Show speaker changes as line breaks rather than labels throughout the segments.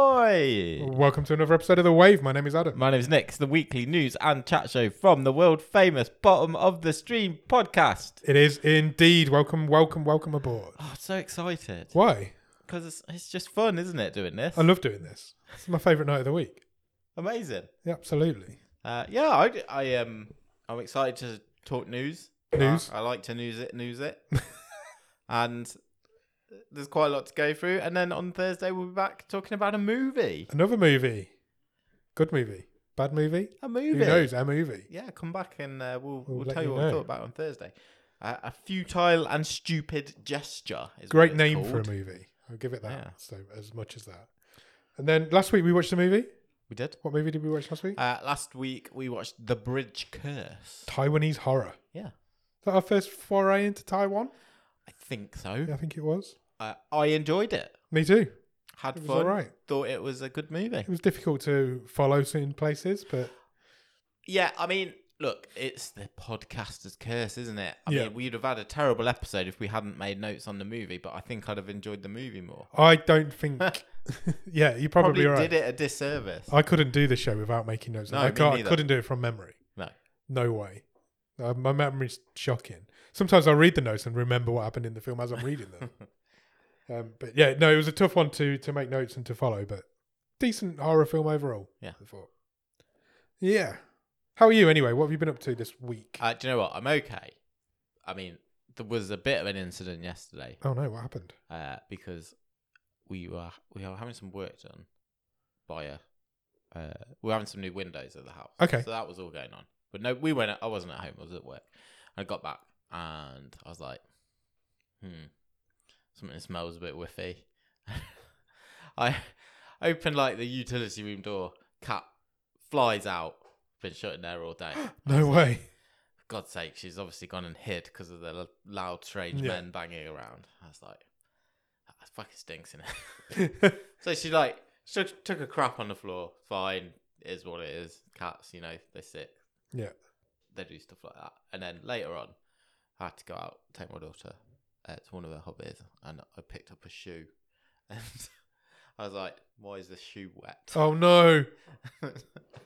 Hey!
Welcome to another episode of The Wave. My name is Adam.
My name's Nick, It's the weekly news and chat show from the world famous Bottom of the Stream podcast.
It is indeed. Welcome, welcome, welcome aboard.
Oh, I'm so excited.
Why?
Because it's, it's just fun, isn't it, doing this?
I love doing this. It's my favourite night of the week.
Amazing.
Yeah, absolutely.
Uh, yeah, I, I, um, I'm excited to talk news.
News.
I, I like to news it, news it. and there's quite a lot to go through. And then on Thursday, we'll be back talking about a movie.
Another movie. Good movie. Bad movie.
A movie.
Who knows? A movie.
yeah, come back and uh, we'll
We'll
we'll,
let
tell you
you
what we
know.
thought about on Thursday. Uh, a futile and stupid gesture. Is
Great
what it's
name for a
called.
movie. I'll give it that.
Yeah.
So as much as that. And then last week we watched a movie.
We did.
What movie did we watch last week?
Uh, last week we watched The Bridge Curse.
Taiwanese horror.
Yeah,
Is that our first foray into Taiwan?
I think so.
Yeah, I think it was.
Uh, I enjoyed it.
Me too.
Had
It was
fun.
alright.
Thought it was a good movie.
It was difficult to follow in places, but
Yeah, I mean, look, it's the podcaster's curse, isn't it? I
Yeah.
mean, we'd have had a terrible episode if we hadn't made notes on the movie, but I think I'd have enjoyed the movie more.
I don't think. yeah, you're probably,
Probably
right.
did it a disservice.
I couldn't do the show without making notes.
No,
I,
me
can't, I
neither.
couldn't do it from memory.
No.
No way. Uh, my memory's shocking. Sometimes I read the notes and remember what happened in the film as I'm reading them. um, but yeah, no, it was a tough one to to make notes and to follow, but decent horror film overall.
Yeah.
I thought. Yeah. How are you anyway? What have you been up to this week?
Uh, do you know what? I'm okay. I mean, there was a bit of an incident yesterday
oh no, what happened?
uh, because we were we were having some work done by a uh, we were having some new windows at the house.
Okay.
so that was all going on. But no, we went. I wasn't at home. I was at work. I got back and I was like, hmm, something smells a bit whiffy. I opened like the utility room door. Cat flies out. Been shut in there all day.
No way.
God's sake, she's obviously gone and hid because of the l- loud strange
Yeah.
men banging around. I was like, that fucking stinks in it. so she like took, took a crap on the floor. Fine, it is what it is. Cats, you know, they're sick.
yeah.
They do stuff like that. And then later on, I had to go out take my daughter uh, to one of her hobbies, and I picked up a shoe, and I was like, why is this shoe wet?
Oh no.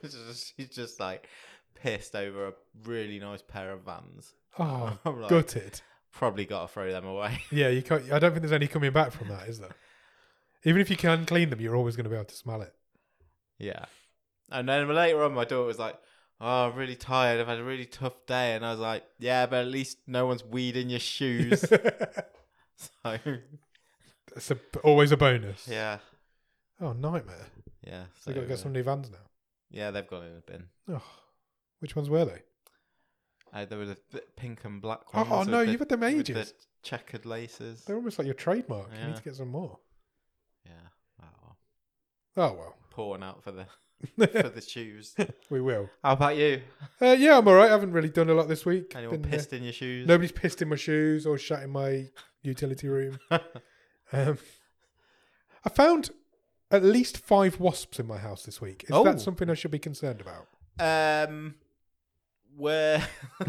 She's just like pissed over a really nice pair of Vans.
Oh,
I'm like,
gutted.
probably got to throw them away.
Yeah, you can't. I don't think there's any coming back from that, is there? Even if you can clean them, you're always going to be able to smell it.
yeah. And then later on, my daughter was like, "Oh, I'm really tired. I've had a really tough day." And I was like, "Yeah, but at least no one's weeding your shoes." so
That's a, always a bonus.
yeah,
Oh, nightmare.
yeah.
So I've got to
uh,
get some new vans now.
yeah, they've gone in the bin.
Oh, which ones were they?
Uh, there were the b- pink and black
Oh,
ones.
no,
with the-
you've had them
with the
ages.
checkered laces.
They're almost like your trademark. You
Yeah.
need to get some more.
Yeah. Oh,
Oh,
pouring out for the for
well.
the shoes.
we will.
How about you?
Uh, yeah, I'm all right. I haven't really done a lot this week.
Anyone
Been, uh,
pissed in your shoes?
Nobody's pissed in my shoes or shat in my utility room. um, I found at least five wasps in my house this week. Is
Oh.
that something I should be concerned about?
Um, were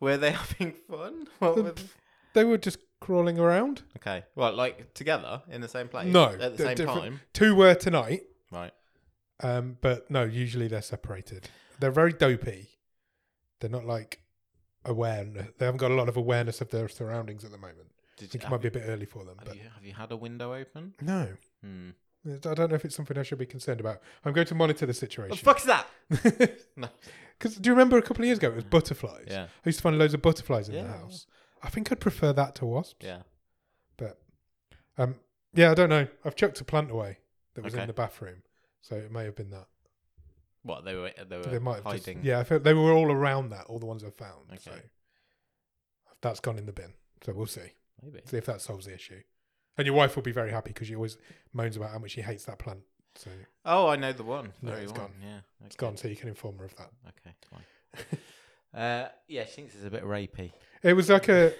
were they having fun? What were they-
They were just crawling around.
Okay, well, like together in the same place,
No,
at the
they're
same
different.
time,
Two were tonight,
right?
um, but no, usually they're separated. They're very dopey. They're not like aware. They haven't got a lot of awareness of their surroundings at the moment. I
Did you
think it
have,
might be a bit early for them,
have
but
you have you had a window open?
no.
Hmm.
I don't know if it's something I should be concerned about. I'm going to monitor the
What the
situation.
fuck's that? No.
Because do you remember a couple of years ago it was butterflies?
Yeah.
I used to find loads of butterflies in
Yeah,
the
yeah.
house. I think I'd prefer that to wasps.
Yeah.
But um, yeah, I don't know. I've chucked a plant away that was
Okay.
in the bathroom, so it may have been that.
What they were they were
they might have
hiding.
just yeah. I felt they were all around that. All the ones I found.
Okay.
So that's gone in the bin. So we'll see.
Maybe.
See if that solves the issue. And your wife will be very happy because she always moans about how much she hates that plant. So
Oh, I know the one.
No,
Very
it's
one.
gone.
Yeah, okay.
it's gone. So you can inform her of that.
Okay, fine. uh, yeah, she thinks it's a bit rapey.
It was like a.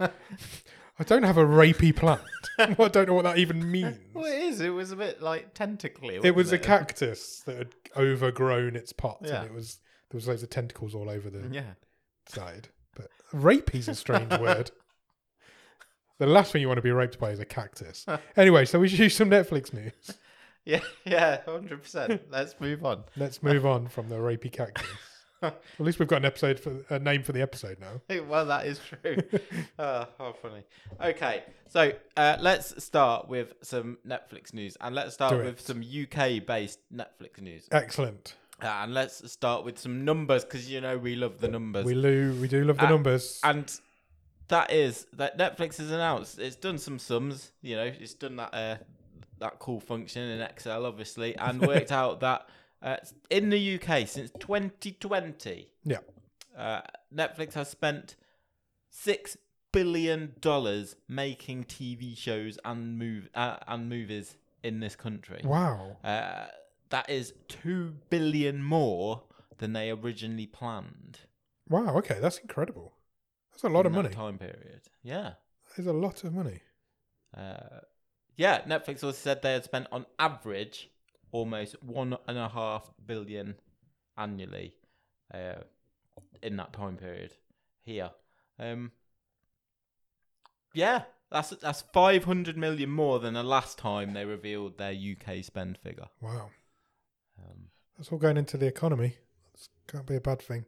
I don't have a rapey plant. I don't know what that even means.
Well, it is. It was a bit like tentacly.
It was a
wasn't
cactus that had overgrown its pot,
Yeah.
and it was there was loads of tentacles all over the
Yeah.
side. But rapey's a strange word. The last thing you want to be raped by is a cactus. Anyway, so we should do some Netflix news.
Yeah, yeah, hundred percent. Let's move on.
Let's move on from the rapey cactus. At least we've got an episode for a name for the episode now.
well, that is true. oh, how funny. Okay, so uh, let's start with some Netflix news, and let's start
Do it.
with some UK-based Netflix news,
Excellent.
uh, and let's start with some numbers because you know we love the numbers.
We lo- we do love the
Uh,
numbers.
and that is that Netflix has announced it's done some sums. You know, it's done that uh, that cool function in Excel, obviously, and worked out that uh, in the UK since 2020,
Yeah.
uh, Netflix has spent six billion dollars making TV shows and move uh, and movies in this country.
wow.
Uh, that is two billion more than they originally planned.
Wow. Okay, that's incredible. That's a lot of
in that
money.
Time period. Yeah.
That is a lot of money.
Uh, yeah, Netflix also said they had spent on average almost one and a half billion annually uh, in that time period here. Um, yeah, that's that's five hundred million more than the last time they revealed their UK spend figure.
Wow.
Um,
That's all going into the economy. That's can't be a bad thing.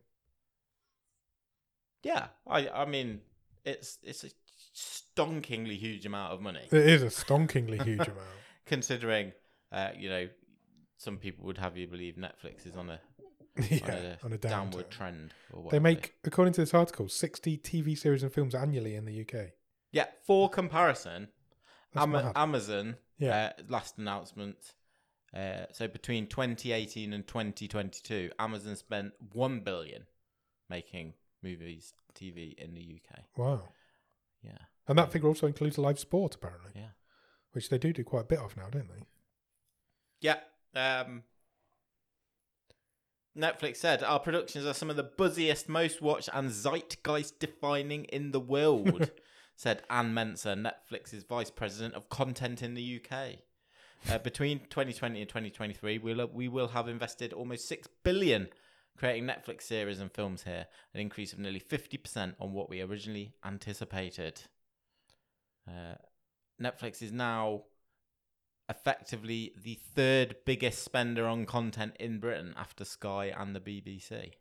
yeah, I I mean it's it's a stonkingly huge amount of money.
It is a stonkingly huge amount.
considering uh, you know some people would have you believe Netflix is on a, on
yeah,
a,
on a
downward
downward.
trend. Or
They
whatever.
make, according to this article, 60 TV series and films annually in the UK.
yeah. For comparison,
That's
Ama-
mad.
Amazon
Yeah.
uh, last announcement. Uh, so between 2018 and 2022, Amazon spent one billion making movies, TV in the UK.
Wow.
Yeah,
And that figure also includes live sport, apparently.
Yeah.
Which they do do quite a bit of now, don't they?
yeah. Um, Netflix said our productions are some of the buzziest, most watched, and zeitgeist-defining in the world. said Anne Mensah, Netflix's vice president of content in the UK. Uh, between 2020 and 2023, we'll, we will have invested almost 6 billion creating Netflix series and films here, an increase of nearly 50% on what we originally anticipated. Uh, Netflix is now effectively the third biggest spender on content in Britain after Sky and the BBC.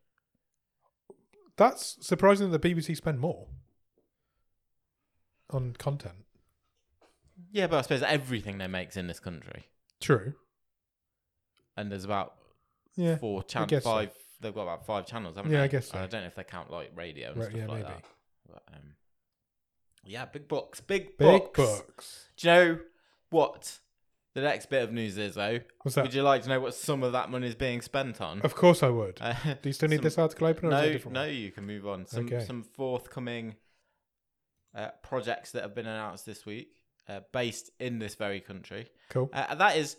That's surprising that the BBC spend more on content.
Yeah, but I suppose everything they make's in this country.
True.
And there's about
Yeah.
four channels,
guess so.
five. They've got about five channels, haven't
Yeah,
they?
I guess so.
And I don't know if they count like radio and
Right,
stuff
yeah,
like
maybe.
that. But, um, yeah, big bucks, big,
Big
bucks.
bucks.
Do you know what the next bit of news is though?
What's that?
Would you like to know what some of that money is being spent on?
Of course I would.
Uh,
Do you still need
some-
this article open or is it a
No,
different
no,
one?
you can move on. Some
Okay.
some forthcoming uh, projects that have been announced this week, uh, based in this very country.
Cool.
Uh, and that is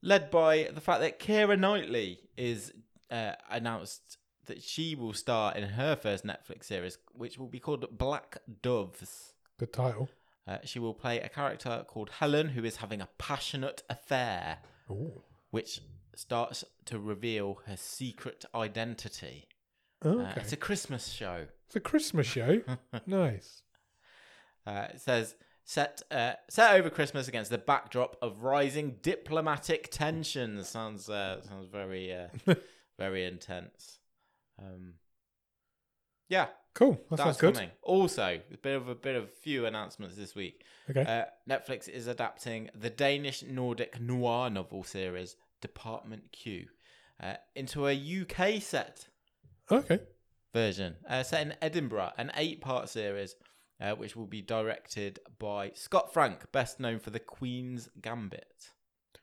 led by the fact that Kira Knightley is uh, announced that she will star in her first Netflix series, which will be called Black Doves.
Good title.
Uh, she will play a character called Helen, who is having a passionate affair,
Ooh.
which starts to reveal her secret identity.
Oh,
Uh,
okay.
it's a Christmas show.
It's a Christmas show. nice.
Uh, it says set uh, set over Christmas against the backdrop of rising diplomatic tensions. Sounds uh, sounds very uh, very intense. Um, yeah,
Cool. That sounds
that's
good.
coming. Also, a bit of a bit of few announcements this week.
Okay.
Uh, Netflix is adapting the Danish Nordic noir novel series Department Q uh, into a UK set Uh,
okay.
version, uh, set in Edinburgh, an eight-part series, uh, which will be directed by Scott Frank, best known for The Queen's Gambit.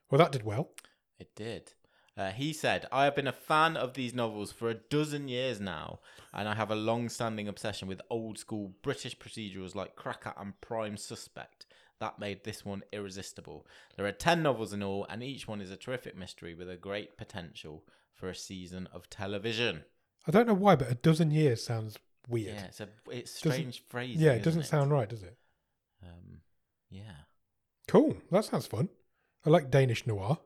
Well, that did well.
It did. Uh, he said, I have been a fan of these novels for a dozen years now, and I have a long standing obsession with old school British procedurals like Cracker and Prime Suspect. That made this one irresistible. There are 10 novels in all, and each one is a terrific mystery with a great potential for a season of television.
I don't know why, but a dozen years sounds weird.
Yeah, it's a it's
Doesn't-
strange phrasing.
Yeah, it
isn't
doesn't sound right, does it?
Um, yeah,
Cool. That sounds fun. I like Danish noir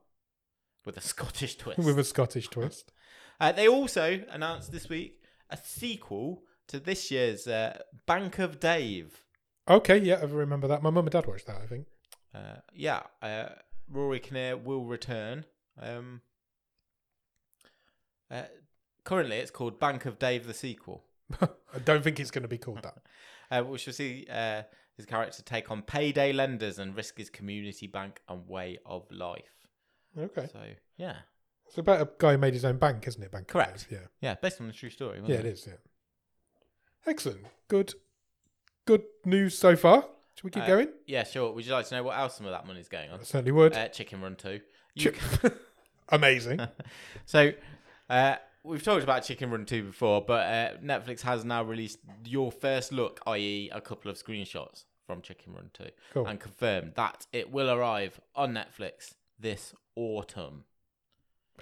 with a Scottish twist.
with a Scottish twist.
Uh, they also announced this week a sequel to this year's uh, Bank of Dave.
Okay, yeah, I remember that. My mum and dad watched that, I think.
Uh, yeah, uh, Rory Kinnear will return. Um, uh, currently, it's called Bank of Dave the sequel,
I don't think it's going to be called that.
uh, which will see uh, his character take on payday lenders and risk his community bank and way of life.
Okay.
So, yeah,
It's about a guy who made his own bank, isn't it? Bank. of
Correct.
Dave, Yeah.
yeah, based on the true story.
Yeah, it is. Yeah. Excellent. Good. Good news so far. Should we keep
Uh,
going?
Yeah, sure. Would you like to know what else some of that money's going on?
I certainly would.
Uh, Chicken Run Two. You
Chi- Amazing.
So, uh, we've talked about Chicken Run 2 before, but uh, Netflix has now released your first look, i.e., a couple of screenshots from Chicken Run 2,
Cool.
and confirmed that it will arrive on Netflix this autumn.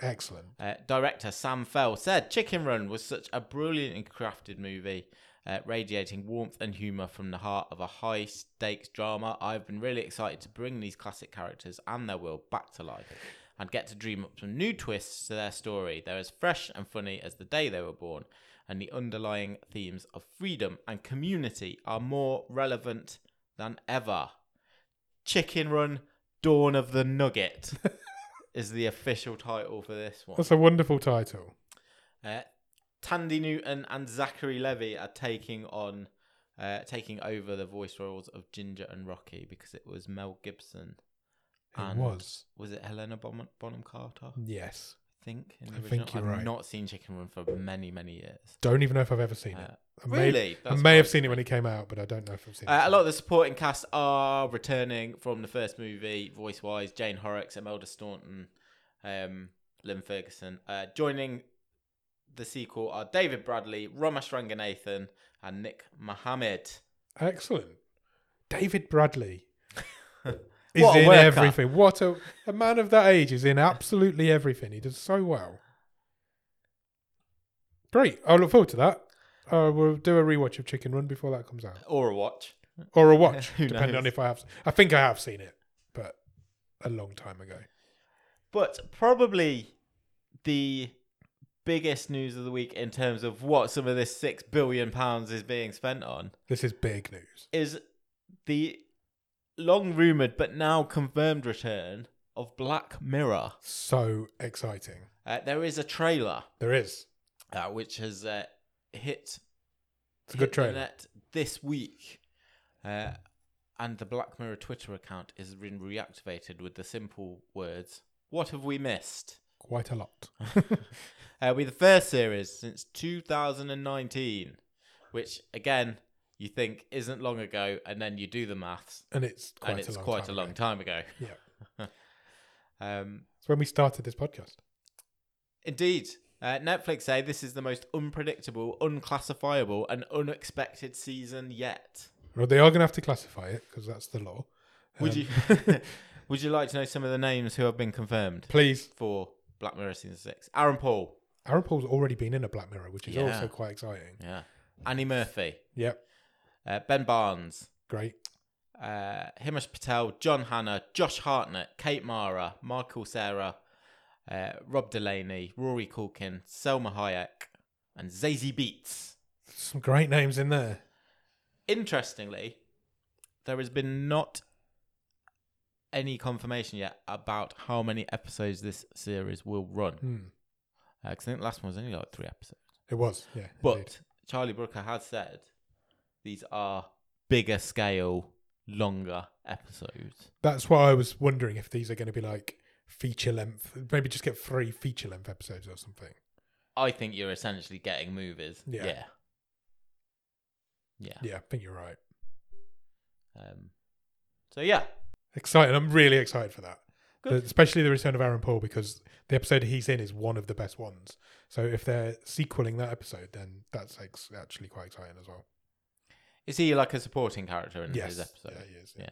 Excellent.
Uh, director Sam Fell said Chicken Run was such a brilliantly crafted movie, uh, radiating warmth and humour from the heart of a high stakes drama. I've been really excited to bring these classic characters and their world back to life and get to dream up some new twists to their story. They're as fresh and funny as the day they were born, and the underlying themes of freedom and community are more relevant than ever. Chicken Run Dawn of the Nugget. Is the official title for this one?
That's a wonderful title.
Uh, Tandy Newton and Zachary Levy are taking on, uh, taking over the voice roles of Ginger and Rocky because it was Mel Gibson.
It
And-
was.
Was it Helena Bonham, Bonham Carter? I
Yes.
think. In the
I think
original.
you're
I've
right.
not seen Chicken Run for many, many years.
Don't even know if I've ever seen it.
Uh,
I may,
really?
I
That's
may have
quite-
seen it when it came out, but I don't know if I've seen
Uh,
it.
a lot of the supporting cast are returning from the first movie, voice wise. Jane Horrocks, Imelda Staunton, um, Lynn Ferguson. Uh, joining the sequel are David Bradley, Ramesh Ranganathan, and Nick Mohammed.
Excellent. David Bradley is
What a
in
worker.
everything. What a, a man of that age is in absolutely everything. He does so well. Great. I look forward to that. Uh, we'll do a rewatch of Chicken Run before that comes out,
Or a watch.
or a watch,
Who
depending on
knows?
if I have. I think I have seen it, but a long time ago.
But probably the biggest news of the week in terms of what some of this six billion pounds is being spent on
This is big news.
is the long rumored but now confirmed return of Black Mirror.
So exciting.
Uh, there is a trailer
There is.
uh, which has uh, hit
It's a good
hit the
trailer.
net this week. Uh, and the Black Mirror Twitter account has been reactivated with the simple words, What have we missed?
Quite a lot.
Uh, we're the first series since 2019, which again you think isn't long ago, and then you do the maths,
And it's quite
and
a
it's
long
quite
time
a long
ago.
time ago.
Yeah.
Um,
It's when we started this podcast.
indeed, uh, Netflix say this is the most unpredictable, unclassifiable, and unexpected season yet.
Well, they are going to have to classify it because that's the law.
Would
Um,
you would you like to know some of the names who have been confirmed
Please.
for Black Mirror season six? Aaron Paul,
Aaron Paul's already been in a Black Mirror, which is
Yeah.
also quite exciting.
yeah, Annie Murphy,
Yep.
uh, Ben Barnes,
Great.
uh, Himesh Patel, John Hannah, Josh Hartnett, Kate Mara, Michael Sarah, uh, Rob Delaney, Rory Culkin, Selma Hayek, and Zazie Beats.
Some great names in there.
Interestingly, there has been not any confirmation yet about how many episodes this series will run. Because
Hmm.
I think the last one was only like three episodes.
It was. Yeah.
But
indeed.
Charlie Brooker has said these are bigger scale, longer episodes.
that's why I was wondering if these are going to be like feature length. Maybe just get three feature length episodes or something.
I think you're essentially getting movies.
Yeah.
Yeah. Yeah.
Yeah, I think you're right.
Um, so yeah,
Exciting. I'm really excited for that.
Good.
Especially the return of Aaron Paul because the episode he's in is one of the best ones. So if they're sequeling that episode, then that's ex- actually quite exciting as well.
is he like a supporting character in
Yes.
his episode?
Yeah, he is.
Yeah.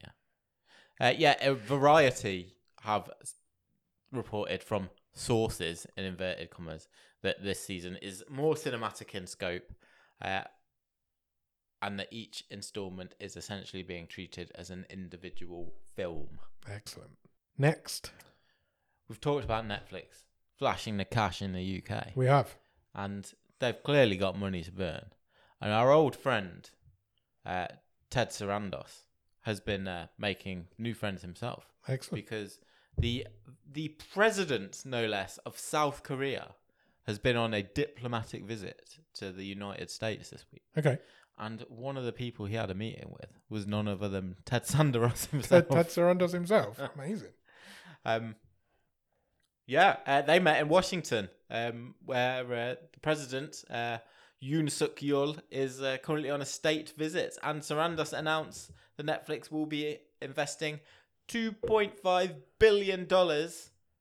Yeah. Uh, yeah. uh, Variety have s- reported from sources in inverted commas that this season is more cinematic in scope, uh, and that each installment is essentially being treated as an individual film.
Excellent. Next,
We've talked about Netflix flashing the cash in the UK.
we have
and they've clearly got money to burn. And our old friend, uh, Ted Sarandos, has been uh, making new friends himself
Excellent.
because the the president, no less, of South Korea has been on a diplomatic visit to the United States this week.
Okay.
And one of the people he had a meeting with was none other than Ted Sanderos himself.
Ted, Ted Saran does himself. Amazing.
Um, yeah, uh, they met in Washington, um, where uh, the president, uh, Yoon Suk Yeol, is uh, currently on a state visit. And Sarandos announced that Netflix will be investing $2.5 billion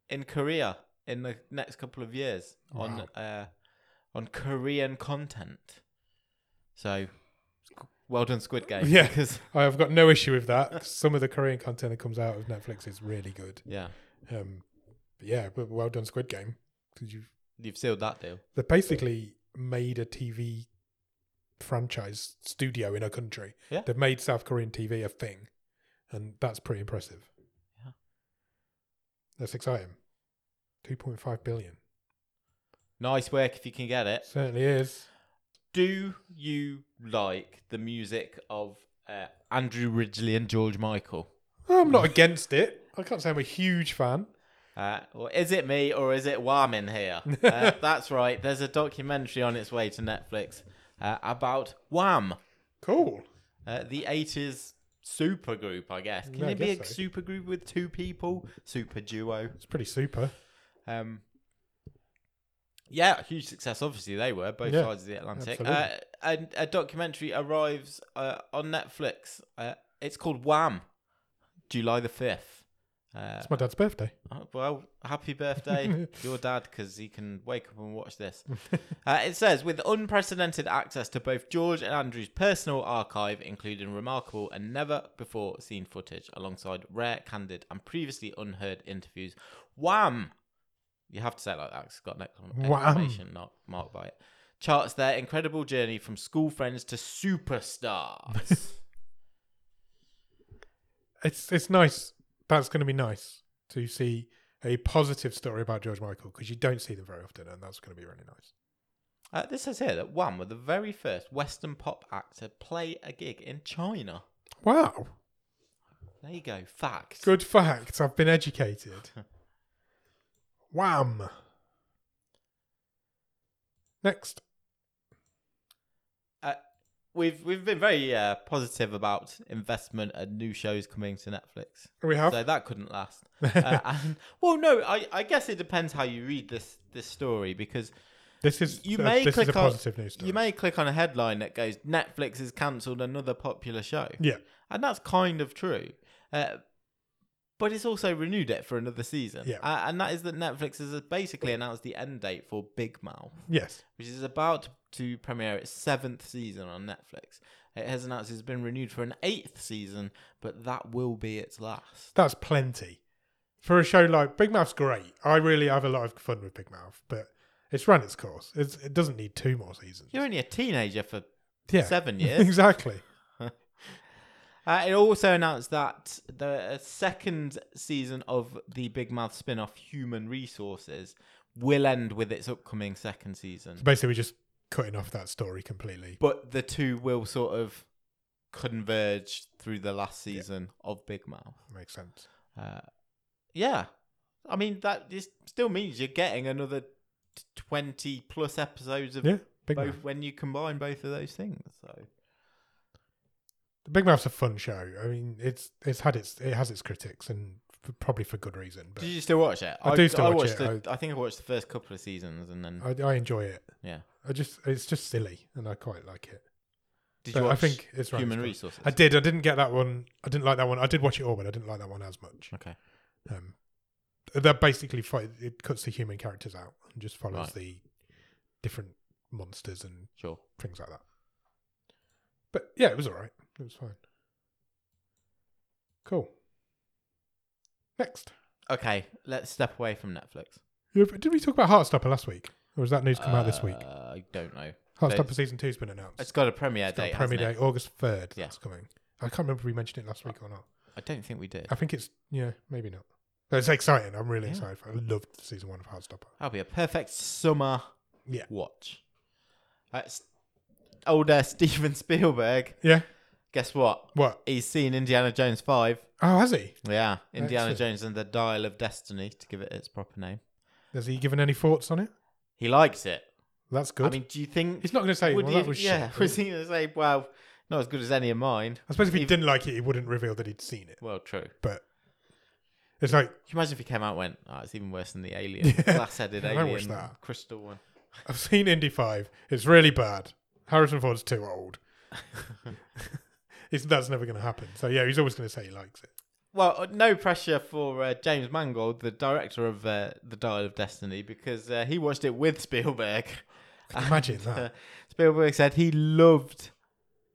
in Korea in the next couple of years on uh, on Korean content. So, squ- well done, Squid Game.
Yeah.
because-
I have got no issue with that. Some of the Korean content that comes out of Netflix is really good.
yeah,
Um, but yeah, but well done, Squid Game, because you
you've sealed that deal.
they basically made a TV franchise studio in a country.
Yeah.
They've made South Korean TV a thing, and that's pretty impressive.
Yeah.
That's exciting. Two point five billion
Nice work if you can get it.
certainly is.
Do you like the music of uh, Andrew Ridgely and George Michael?
I'm not against it. I can't say I'm a huge fan.
Uh, or is it me or is it Warmin here? Uh, that's right. There's a documentary on its way to Netflix uh, about Wham,
Cool.
uh, the 80s supergroup, I guess. Can
Yeah, Mm, I
it be a
guess so.
supergroup with two people? Super duo.
It's pretty super.
Um, yeah, huge success. Obviously, they were both
Yeah,
sides of the Atlantic.
absolutely.
Uh, and a documentary arrives uh, on Netflix. Uh, it's called Wham, July the fifth. Uh,
It's my dad's birthday.
oh, well, happy birthday, your dad, because he can wake up and watch this. Uh, it says, with unprecedented access to both George and Andrew's personal archive, including remarkable and never before seen footage, alongside rare, candid, and previously unheard interviews, Wham! You have to say it like that 'cause it's got an exclam-
Wham.
exclamation not marked by it. Charts their incredible journey from school friends to superstars.
It's it's nice. That's going to be nice to see a positive story about George Michael because you don't see them very often, and that's going to be really nice.
uh, this says here that Wham were the very first Western pop act to play a gig in China.
Wow.
There you go, facts.
Good fact. I've been educated. Wham. Next.
uh, we've we've been very uh, positive about investment and new shows coming to Netflix,
We have.
so that couldn't last. uh, and, well, no, I, I guess it depends how you read this this story because
this is
you
uh,
may
this
click
is a
on
positive news story.
you may click on a headline that goes Netflix has cancelled another popular show,
yeah.
and that's kind of true. Uh, but it's also renewed it for another season,
Yeah.
Uh, and that is that Netflix has basically announced the end date for Big Mouth
Yes.
which is about to premiere its seventh season on Netflix. It has announced it's been renewed for an eighth season, but that will be its last.
That's plenty. For a show like Big Mouth's great. I really have a lot of fun with Big Mouth, but it's run its course. It's, it doesn't need two more seasons.
You're only a teenager for.
yeah.
seven years.
exactly.
Uh, it also announced that the second season of the Big Mouth spin off, Human Resources, will end with its upcoming second season.
So basically, we're just cutting off that story completely.
But the two will sort of converge through the last season of Big Mouth.
Makes sense.
Uh, yeah, I mean that just still means you're getting another t- twenty plus episodes of
Yeah. Big Mouth.
both when you combine both of those things. So
The Big Mouth's a fun show. I mean, it's it's had its it has its critics and f- probably for good reason. But
did you still watch it?
I do still watch
watched
it.
The, I, think I watched the first couple of seasons and then
I, I enjoy it.
yeah.
I just it's just silly, and I quite like it.
Did
But
you
I
watch
think it's right,
Human
it's right.
Resources?
I did. I didn't get that one. I didn't like that one. I did watch it all, but I didn't like that one as much.
Okay.
Um, they're basically fight. It cuts the human characters out and just follows
Right.
the different monsters and
Sure.
things like that. But yeah, it was all right. It was fine. Cool. Next,
Okay, let's step away from Netflix.
Yeah, but did we talk about Heartstopper last week, or was that news come out this week?
Uh, I don't know.
Heartstopper season two's been announced.
It's got a premiere
Got
date.
a premiere
hasn't it?
date, August third.
Yeah.
That's coming. I can't remember if we mentioned it last week or not.
I don't think we did.
I think it's yeah, maybe not. But it's exciting. I'm really
Yeah.
excited. For, I loved season one of Heartstopper.
That'll be a perfect summer
Yeah.
watch. Uh, s- old uh, Steven Spielberg
Yeah,
Guess what?
What?
He's seen Indiana Jones 5.
Oh, has he?
Yeah, Indiana
Excellent.
Jones and the Dial of Destiny, to give it its proper name.
Has he given any thoughts on it?
He likes it.
That's good.
I mean, do you think.
He's not going to say, well,
would
that
he-
was
yeah,
shit.
was he going to say, well, not as good as any of mine?
I suppose if he
if-
didn't like it, he wouldn't reveal that he'd seen it.
Well, true.
But it's like,
Can you imagine if he came out and went, oh, it's even worse than the alien, glass headed
I don't
alien,
wish that.
crystal one?
I've seen Indy 5. It's really bad. Harrison Ford's too old. it's, that's never going to happen. So, yeah, he's always going to say he likes it.
Well, uh, no pressure for uh, James Mangold, the director of uh, The Dial of Destiny, because uh, he watched it with Spielberg.
Imagine that.
Uh, Spielberg said he loved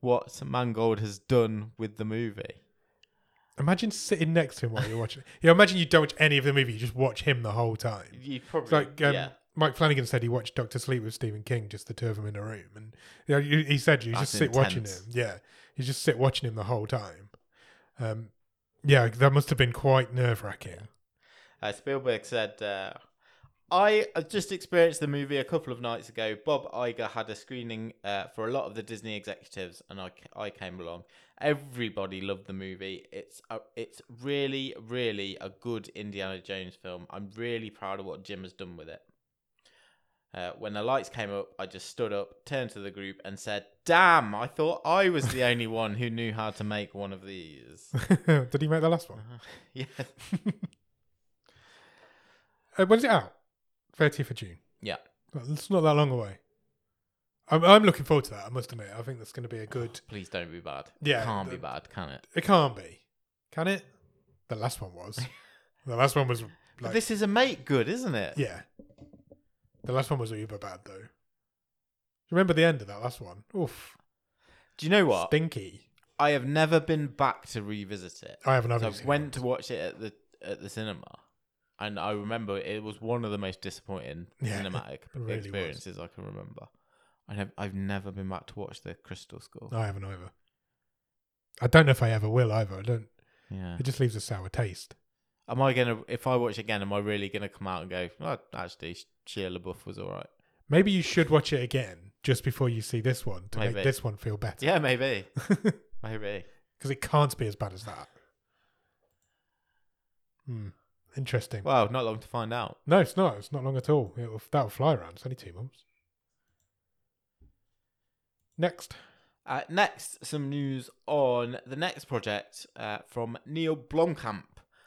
what Mangold has done with the movie.
Imagine sitting next to him while you're watching it. Yeah, imagine you don't watch any of the movie, you just watch him the whole time.
You
It's
probably
like um,
yeah.
Mike Flanagan said he watched Doctor Sleep with Stephen King, just the two of them in a room. And you know, you- he said you
That's
just sit watching
intense.
him. Yeah. You just sit watching him the whole time. Um, yeah, that must have been quite nerve wracking.
Uh, Spielberg said, uh, I uh, just experienced the movie a couple of nights ago. Bob Iger had a screening uh, for a lot of the Disney executives, and I, ca- I came along. Everybody loved the movie. It's a, it's really, really a good Indiana Jones film. I'm really proud of what Jim has done with it. Uh, when the lights came up, I just stood up, turned to the group, and said, Damn, I thought I was the only one who knew how to make one of these.
Did he make the last one?
Uh-huh. yeah.
Uh, when's it out? 30th of June.
Yeah.
Well, It's not that long away. I'm, I'm looking forward to that, I must admit. I think that's going to be a good.
Please don't be bad.
Yeah,
Can't be
the-
bad, can it?
It can't be. Can it? The last one was. the last one was.
But
Like,
this is a make good, isn't it?
Yeah. The last one was uber bad though. Do you remember the end of that last one? Oof.
Do you know what?
Stinky.
I have never been back to revisit it.
I haven't had
So I
it.
went to watch it at the at the cinema, and I remember it was one of the most disappointing
Yeah,
cinematic
really was.
experiences I can remember. I have, I've never been back to watch the Crystal Skull.
I haven't either. I don't know if I ever will either. I don't
Yeah.
it just leaves a sour taste.
Am I gonna? If I watch again, am I really gonna come out and go? Well, actually, Shia LaBeouf was all right.
Maybe you should watch it again just before you see this one to
Maybe.
make this one feel better.
Yeah, maybe,
Because
maybe.
it can't be as bad as that. Hmm. Interesting.
Well, not long to find out.
no, it's not. It's not long at all. It'll, that'll fly around. It's only two months. Next.
Uh, next, some news on the next project uh, from Neil Blomkamp.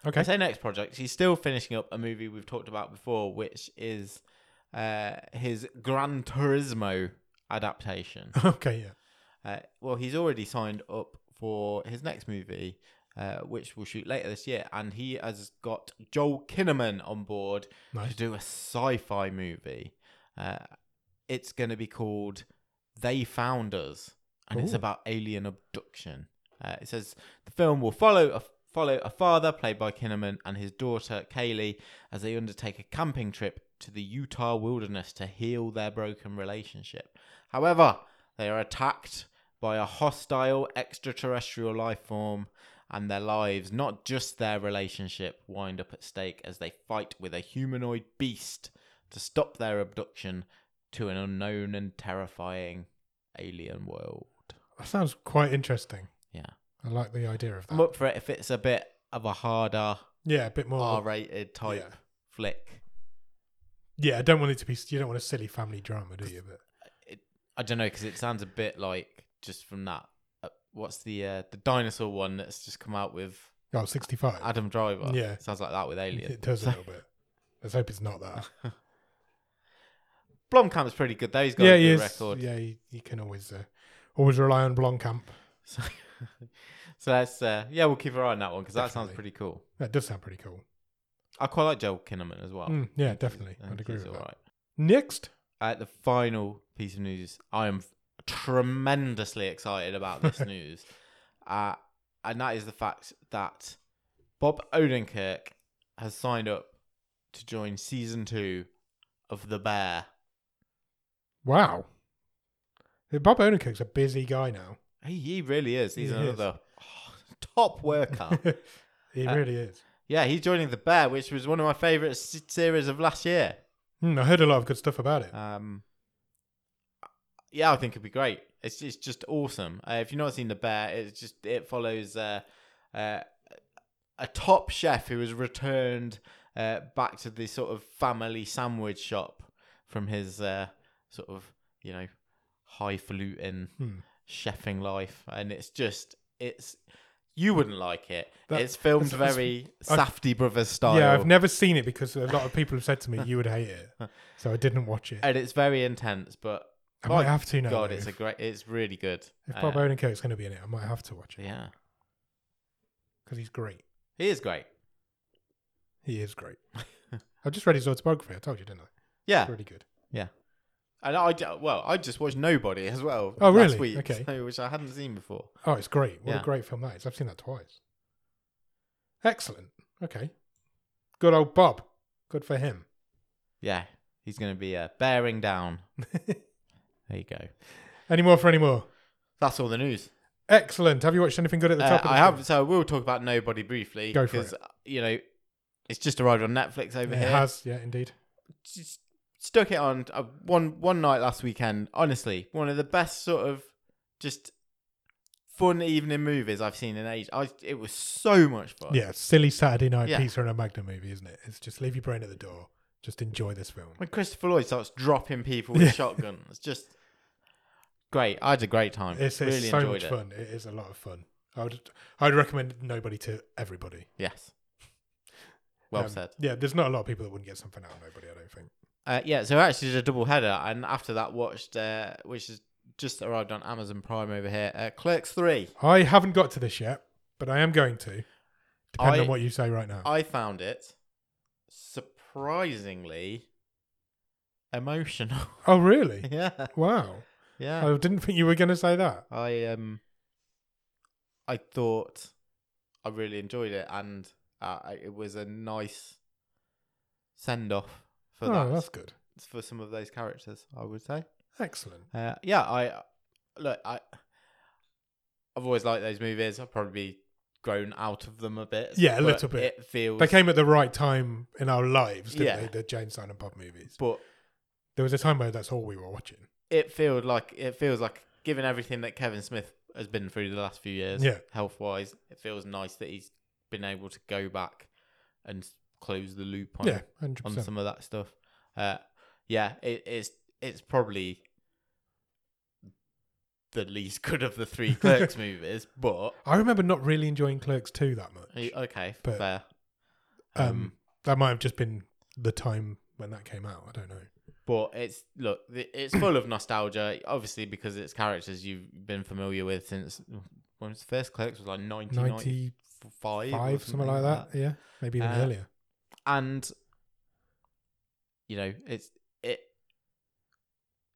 Okay.
I say next project. He's still finishing up a movie we've talked about before, which is uh, his Gran Turismo adaptation.
Okay, yeah.
Uh, well, he's already signed up for his next movie, uh, which will shoot later this year, and he has got Joel Kinnaman on board
Nice.
to do a sci-fi movie. Uh, it's going to be called "They Found Us," and it's
Ooh.
about alien abduction. Uh, it says the film will follow a follow a father played by Kinnaman and his daughter Kaylee as they undertake a camping trip to the Utah wilderness to heal their broken relationship. However, they are attacked by a hostile extraterrestrial life form, and their lives, not just their relationship, wind up at stake as they fight with a humanoid beast to stop their abduction to an unknown and terrifying alien world.
That sounds quite interesting.
Yeah.
I like the idea of that.
I'm up for it if it's a bit of a harder,
yeah, a bit more.
R rated type
Oh, yeah.
flick.
Yeah, I don't want it to be. You don't want a silly family drama, do you? But
I don't know because it sounds a bit like just from that. Uh, what's the uh, the dinosaur one that's just come out with
oh, 65.
Adam Driver?
Yeah.
sounds like that with Alien.
it does a
So-
little bit. Let's hope it's not that.
Blomkamp's pretty good though. He's got
yeah,
a
he
good
is.
record.
Yeah, you, you can always uh, always rely on Blomkamp.
So, so that's uh, yeah, we'll keep our eye on that one because that sounds
Definitely.
pretty cool.
That does sound pretty cool.
I quite like Joel Kinnaman as well.
Mm, yeah, definitely.
I
I'd
think
agree
Oh, he's
with that.
alright.
Next.
Uh, the final piece of news. I am tremendously excited about this news, uh, and that is the fact that Bob Odenkirk has signed up to join season two of The Bear.
Wow. Bob Odenkirk's a busy guy now.
He, he really is. He's
He is.
another top worker.
he
Uh,
really is.
yeah, he's joining The Bear, which was one of my favourite s- series of last year.
Hmm, Mm, I heard a lot of good stuff about it.
Um, yeah, I think it'd be great. It's it's just awesome. Uh, if you've not seen the bear, it's just it follows uh, uh, a top chef who has returned uh, back to the sort of family sandwich shop from his uh, sort of you know highfalutin
Hmm.
chefing life, and it's just it's. You wouldn't like it.
That-
it's filmed
that's- that's-
very
I-
Safdie Brothers style.
Yeah, I've never seen it because a lot of people have said to me you would hate it, so I didn't watch it.
and it's very intense, but
I might
my
have to now.
God,
though.
it's a
if,
great, it's really good.
if
Uh,
Bob Odenkirk's going to be in it, I might have to watch it
yeah,
because he's great.
he is great.
He is great. I just read his autobiography. I told you, didn't I?
Yeah,
It's really good.
and I d- well, I just watched Nobody as well.
Oh,
last
really?
Week,
Okay.
so- which I hadn't seen before.
Oh, it's great. What
Yeah.
a great film that is. I've seen that twice. Excellent. Okay. Good old Bob. Good for him.
Yeah, he's going to be uh, bearing down. there you go.
Any more for any more?
That's all the news.
Excellent. Have you watched anything good at the
Uh,
top? of
I
the
have. So we'll talk about Nobody briefly
Go for
uh, you know it's just arrived on Netflix over
It
here.
has. Yeah, indeed.
Just stuck it on uh, one one night last weekend. Honestly, one of the best sort of just fun evening movies I've seen in age. I it was so much fun.
Yeah, silly Saturday night
Yeah.
pizza and a Magnum movie, isn't it? It's just leave your brain at the door. Just enjoy this film.
When Christopher Lloyd starts dropping people with
Yeah.
shotguns, it's just great. I had a great time.
It's,
really
it's so
enjoyed
much
it.
fun. It is a lot of fun. I would I'd recommend nobody to everybody.
Yes. Well
Um,
said.
Yeah, there's not a lot of people that wouldn't get something out of nobody. I don't think.
Uh, yeah, so actually it's a double header, and after that watched, uh, which has just arrived on Amazon Prime over here, uh, Clerks Three.
I haven't got to this yet, but I am going to. Depending
I-
on what you say right now.
I found it surprisingly emotional.
oh, really?
yeah,
Wow.
yeah.
I didn't think you were going to say that.
I um, I thought I really enjoyed it, and uh, I- it was a nice send off for
oh,
that
that's good.
for some of those characters. I would say.
Excellent.
Uh, yeah, I look. I I've always liked those movies. I've probably grown out of them a bit.
Yeah, a
but
little bit.
It feels.
They came at the right time in our lives, didn't
Yeah.
they? The Jane Silent Bob movies.
but
There was a time where that's all we were watching.
it feels like it feels like given everything that Kevin Smith has been through the last few years,
Yeah.
health wise, it feels nice that he's been able to go back and close the loop on
yeah, hundred
on
percent.
some of that stuff. Uh, yeah, it, it's it's probably the least good of the three Clerks movies, but
I remember not really enjoying Clerks two that much.
Y- Okay,
But,
fair.
Um, that might have just been the time when that came out. I don't know.
but it's look, th- it's full of nostalgia, obviously because it's characters you've been familiar with since when was the first Clerks was like nineteen ninety
Ninety
five,
five, something like that. Yeah, maybe even
Uh,
earlier.
And you know, it's it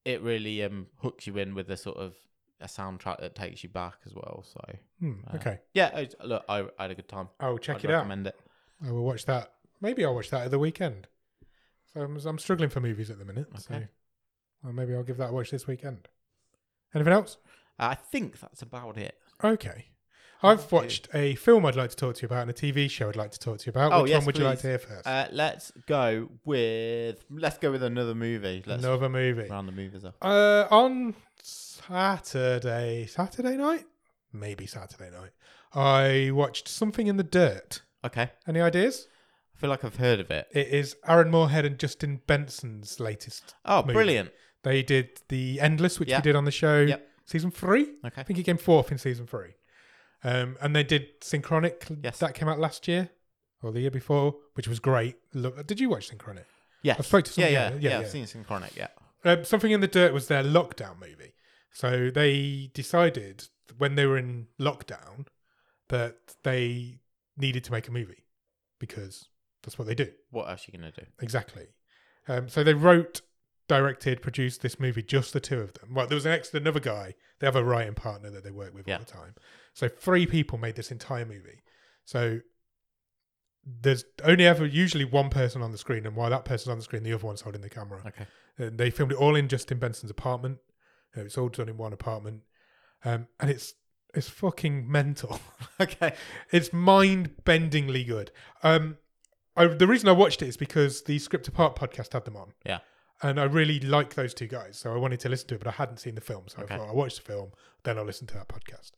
it really um hooks you in with a sort of a soundtrack that takes you back as well. So
Hmm,
uh,
okay,
yeah, it's- look, I, I had a good time.
I'll check
I'd
it out.
recommend it.
I will watch that. Maybe I'll watch that at the weekend. So I'm, I'm struggling for movies at the minute. So
Okay.
well, maybe I'll give that a watch this weekend. Anything else?
Uh, I think that's about it.
Okay.
Okay.
I've watched a film I'd like to talk to you about and a TV show I'd like to talk to you about.
Oh,
Which
yes,
one would you like
please.
to hear first?
Uh, let's go with let's go with another movie. Let's
Another movie.
round the movies up.
Uh, on Saturday, Saturday night, maybe Saturday night, I watched something in the dirt.
Okay, I
Any ideas?
feel like I've heard of it.
It is Aaron Moorhead and Justin Benson's latest.
Oh,
Movie.
brilliant!
They did the Endless, which
Yeah.
we did on the show,
Yep.
season three.
Okay,
I think it came fourth in season three. Um, and they did Synchronic.
Yes.
That came out last year or the year before, which was great. Look, did you watch Synchronic?
yeah,
I spoke to
yeah,
someone-
yeah,
yeah,
yeah,
yeah,
I've
yeah.
seen Synchronic. Yeah,
Um, Something in the Dirt was their lockdown movie. So they decided when they were in lockdown that they needed to make a movie because that's what they do.
what else are you gonna do?
Exactly. Um, so they wrote, directed, produced this movie, just the two of them. Well, there was an ex, another guy. They have a writing partner that they work with
Yeah.
all the time. So three people made this entire movie. So there's only ever usually one person on the screen, and while that person's on the screen, the other one's holding the camera.
Okay,
And Um, they filmed it all in Justin Benson's apartment. Uh, It's all done in one apartment, um, and it's it's fucking mental.
okay,
It's mind-bendingly good. Um, I, the reason I watched it is because the Script Apart podcast had them on.
Yeah.
and I really like those two guys, so I wanted to listen to it, but I hadn't seen the film, so
Okay.
I thought I'll watch the film, then I'll listen to that podcast.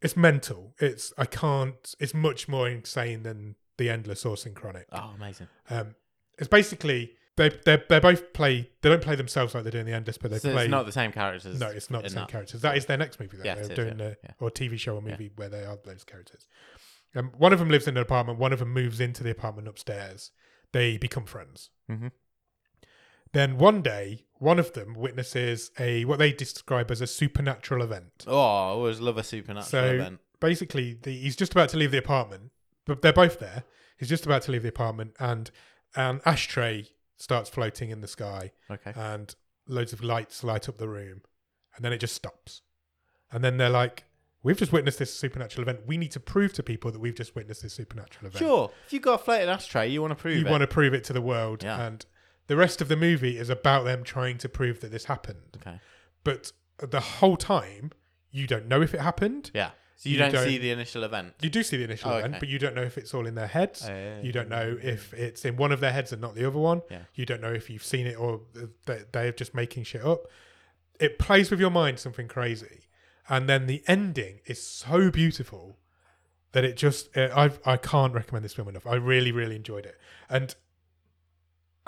It's mental. It's I can't. It's much more insane than the Endless or Synchronic.
Oh, amazing.
Um, it's basically they they they both play. They don't play themselves like they do in the Endless, but they
So
play.
it's not the same characters.
no, it's not the
in
same
that.
characters. That is their next movie. Though.
Yeah,
They're
it is,
doing
yeah,
a,
yeah.
or TV show or
Yeah.
movie where they are those characters. Um, one of them lives in an apartment. One of them moves into the apartment upstairs. They become friends.
Mhm.
Then one day, one of them witnesses a what they describe as a supernatural event.
Oh, I always love a supernatural
So-
event.
Basically, the, he's just about to leave the apartment, but they're both there. He's just about to leave the apartment, and an ashtray starts floating in the sky
Okay.
and loads of lights light up the room, and then it just stops. And then they're like, "We've just witnessed this supernatural event. We need to prove to people that we've just witnessed this supernatural event.
Sure. If you got a floating ashtray, you want to prove
you
it.
want to prove it to the world."
Yeah.
And the rest of the movie is about them trying to prove that this happened.
Okay.
But the whole time, you don't know if it happened.
Yeah. So you,
You
don't,
don't-
see the initial event.
You do see the initial
Oh,
event,
okay.
but you don't know if it's all in their heads.
Uh,
you don't know if it's in one of their heads and not the other one.
Yeah.
You don't know if you've seen it or that they're just making shit up. It plays with your mind something crazy, and then the ending is so beautiful that it just uh, I I can't recommend this film enough. I really really enjoyed it, and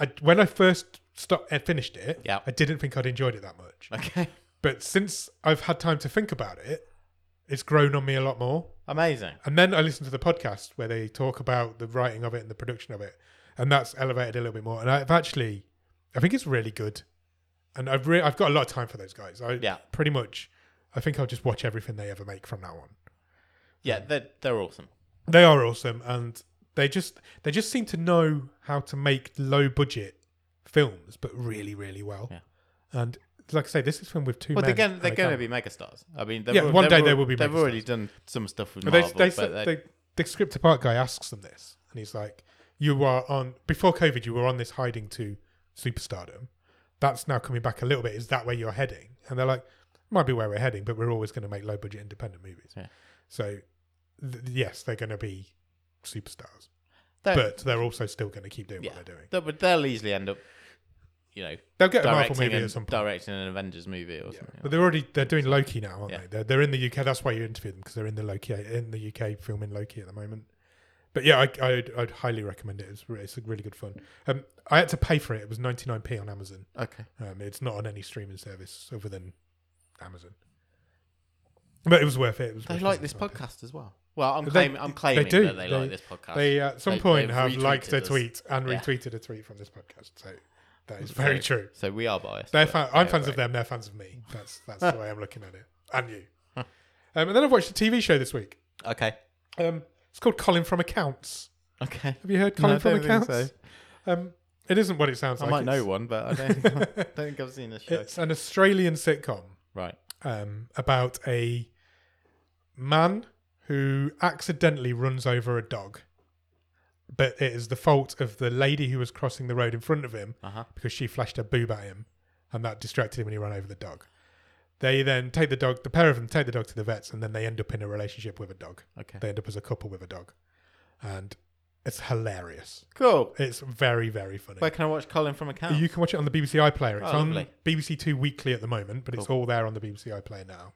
I when I first stopped and finished it,
Yeah.
I didn't think I'd enjoyed it that much.
Okay.
But since I've had time to think about it, it's grown on me a lot more.
Amazing.
And then I listened to the podcast where they talk about the writing of it and the production of it, and that's elevated a little bit more. And I've actually, I think it's really good, and I've re- I've got a lot of time for those guys. I
Yeah.
pretty much, I think I'll just watch everything they ever make from now on.
Yeah, they're, they're awesome.
They are awesome, and they just they just seem to know how to make low budget films, but really really well.
Yeah.
And like I say, this is film with two.
Well, they're
men
going,
and
they're
a
going to
camera.
be megastars. I mean, they've
Yeah,
al-
one
they've
day
al-
they will be
They've
megastars.
already done some stuff with
But they,
Marvel,
they,
but
said-
they-
they- the script apart guy asks them this, and he's like, "You are on before COVID. You were on this hiding to superstardom. That's now coming back a little bit. Is that where you're heading?" And they're like, "Might be where we're heading, but we're always going to make low budget independent movies."
Yeah.
So, th- yes, they're going to be superstars,
they're-
but they're also still going to keep doing
Yeah.
what they're doing.
they'll, but they'll easily end up, you know,
They'll get a Marvel
directing,
movie
an-
at some point.
directing an Avengers movie or something.
But they're already they're doing Loki now, aren't
Yeah.
they? They're, they're in the UK. That's why you interviewed them because they're in the Loki in the UK filming Loki at the moment. But yeah, I, I'd, I'd highly recommend it. It's re- it's really good fun. Um, I had to pay for it. It was ninety nine p on Amazon.
Okay.
Um, it's not on any streaming service other than Amazon. But it was worth it. it was
They
worth
like
it.
this podcast as well. Well, I'm
They-
claiming, I'm
they
claiming
do.
that they, like
They-
this podcast.
They at some
They-
point
they've
have liked a
retweeted us.
tweet and
Yeah.
retweeted a tweet from this podcast. So that is
So-
very true.
so we are biased.
They're
but
fan- I'm
they're
fans of
great.
them. They're fans of me. That's that's the way I'm looking at it. And you. um, and then I've watched a TV show this week.
Okay.
Um, it's called Colin from Accounts.
Okay.
Have you heard
No, I
Colin from
don't think
Accounts? Um, it isn't what it sounds
I
like.
might know
It's-
one, but I don't, I don't think I've seen this show.
It's an Australian sitcom
right.
um, about a man who accidentally runs over a dog, but it is the fault of the lady who was crossing the road in front of him
Uh huh.
because she flashed her boob at him and that distracted him when he ran over the dog. They then take the dog, the pair of them take the dog to the vets and then they end up in a relationship with a dog.
Okay.
They end up as a couple with a dog. And it's hilarious.
Cool.
It's very, very funny.
Where can I watch Colin from Account?
you can watch it on the BBC iPlayer. It's
Oh,
on
lovely.
BBC Two Weekly at the moment, but it's all there on the BBC iPlayer now.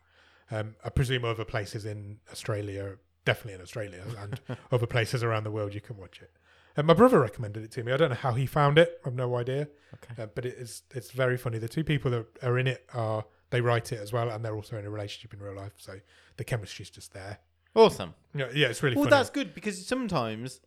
Um, I presume other places in Australia, definitely in Australia, and other places around the world, you can watch it. And my brother recommended it to me. I don't know how he found it. I've no idea.
Okay.
Uh, but it is it's very funny. The two people that are in it are they write it as well, and they're also in a relationship in real life, so the chemistry's just there.
Awesome.
Yeah, yeah, it's really
Well,
funny.
that's good because sometimes,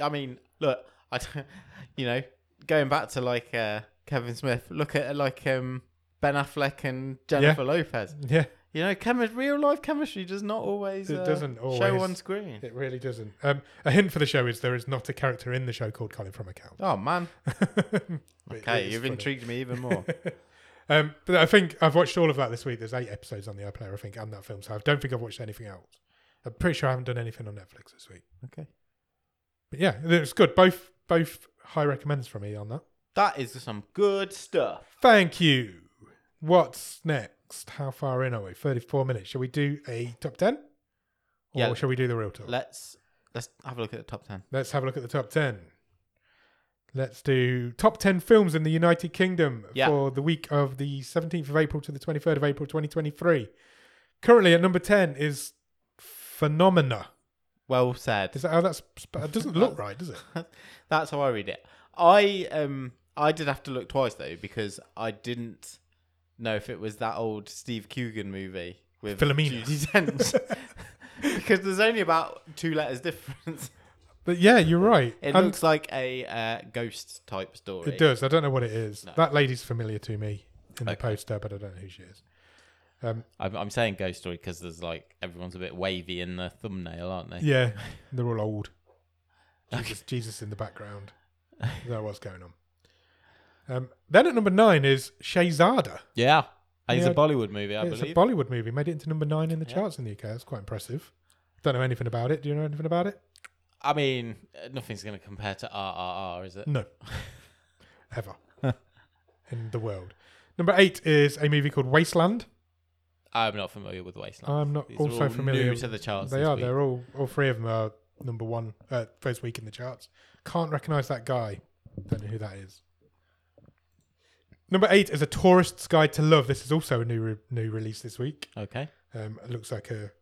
I mean, look, I, don't- you know, going back to like uh, Kevin Smith, look at like um, Ben Affleck and Jennifer Lopez.
yeah,
You know, chemi- real life chemistry does not always
It
uh,
doesn't
show
always.
on screen.
it really doesn't. Um, a hint for the show is there is not a character in the show called Colin from Account.
Oh man, okay, you've
intrigued.
intrigued me even more.
Um, but I think I've watched all of that this week. There's eight episodes on the iPlayer, I think, and that film. So I don't think I've watched anything else. I'm pretty sure I haven't done anything on Netflix this week.
Okay.
But yeah, it's good. Both both high recommends from me on that.
that is some good stuff.
Thank you. What's next? How far in are we? 34 minutes. Shall we do a top 10? Or
Yeah.
shall we do the real talk?
Let's let's have a look at the top ten.
Let's have a look at the top 10. Let's do top 10 films in the United Kingdom
Yeah.
for the week of the 17th of April to the 23rd of April 2023. Currently at number 10 is Phenomena.
Well said.
Is that how that's sp- it doesn't look right, does it?
That's how I read it. I um I did have to look twice though because I didn't know if it was that old Steve Coogan movie with
Philomena.
Judi Dench. because there's only about two letters difference.
But yeah, you're right.
It
And
looks like a uh, ghost type story.
it does. I don't know what it is.
No.
That lady's familiar to me in the
Okay.
poster, but I don't know who she is.
I'm, I'm saying ghost story because there's like everyone's a bit wavy in the thumbnail, aren't they?
Yeah, they're all old. Jesus, Jesus in the background. There what's going on. Um, then at number nine is Shazada.
Yeah. It's
Yeah.
a Bollywood movie, I
Yeah, it's a
believe.
Bollywood movie. Made it into number nine in the
Yeah.
charts in the UK. That's quite impressive. Don't know anything about it. Do you know anything about it?
I mean, uh, nothing's going to compare to RRR, is it?
No. Ever. in the world. Number eight is a movie called Wasteland.
I'm not familiar with Wasteland.
I'm not
These are
also
all
familiar.
New to the charts.
they
this
are.
week.
They're all. All three of them are number one. Uh, first week in the charts. Can't recognise that guy. Don't know who that is. Number eight is a tourist's guide to love. This is also a new re- new release this week.
Okay.
Um, it looks like a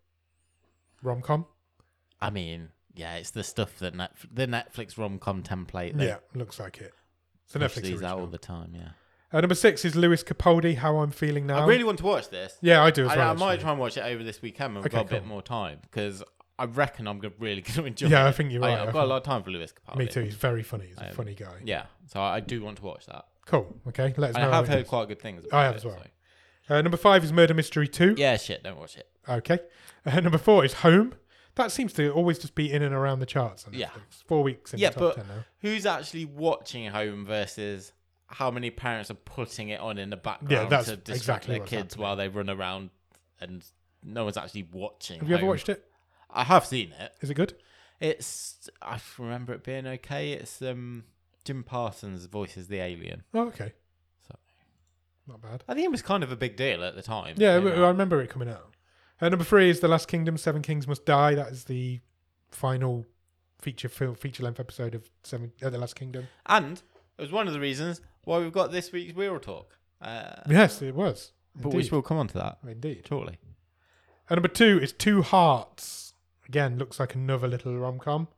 rom com.
I mean, yeah, it's the stuff that Netf- the Netflix rom com template. They
Yeah, looks like it. It's a
push
Netflix
these out all
original.
the time. Yeah.
Uh, number six is Lewis Capaldi. How I'm feeling now.
I really want to watch this.
Um, yeah, I do as
I,
well.
I might
actually.
try and watch it over this weekend when we've
Okay,
got a bit
cool.
more time because I reckon I'm go- really going to enjoy.
Yeah,
it.
I think you're right.
I,
I
have got a lot of time for Lewis Capaldi.
Me too. He's very funny. He's a
Um,
funny guy.
Yeah, so I I do want to watch that.
Cool. Okay. Let us
And
know. how
I
Oh,
have
it
heard
is.
quite good things.
I have
about
as
it,
well.
so-
Uh, number five is Murder Mystery Two.
Yeah, shit, don't watch it.
Okay. Uh, number four is Home. That seems to always just be in and around the charts. on
Yeah.
Netflix. Four weeks in
Yeah,
the top
but-
ten now.
Who's actually watching Home versus how many parents are putting it on in the background
that's
to distract
exactly
their
what's
kids
happening.
while they run around and no one's actually watching.
Have you ever
Home.
watched it?
I have seen it.
Is it good?
It's I remember it being okay. It's um Jim Parsons voices the alien.
Oh, okay.
So-
Not bad.
I think it was kind of a big deal at the time.
Yeah,
you
w-
know.
I remember it coming out. Uh, number three is The Last Kingdom: Seven Kings Must Die. That is the final feature film, feature length episode of Seven uh, The Last Kingdom.
and it was one of the reasons why we've got this week's Wheel Talk. Uh,
Yes, it was.
but we
Indeed.
will come on to that
Indeed.
shortly.
And number two is Two Hearts. Again, looks like another little rom com.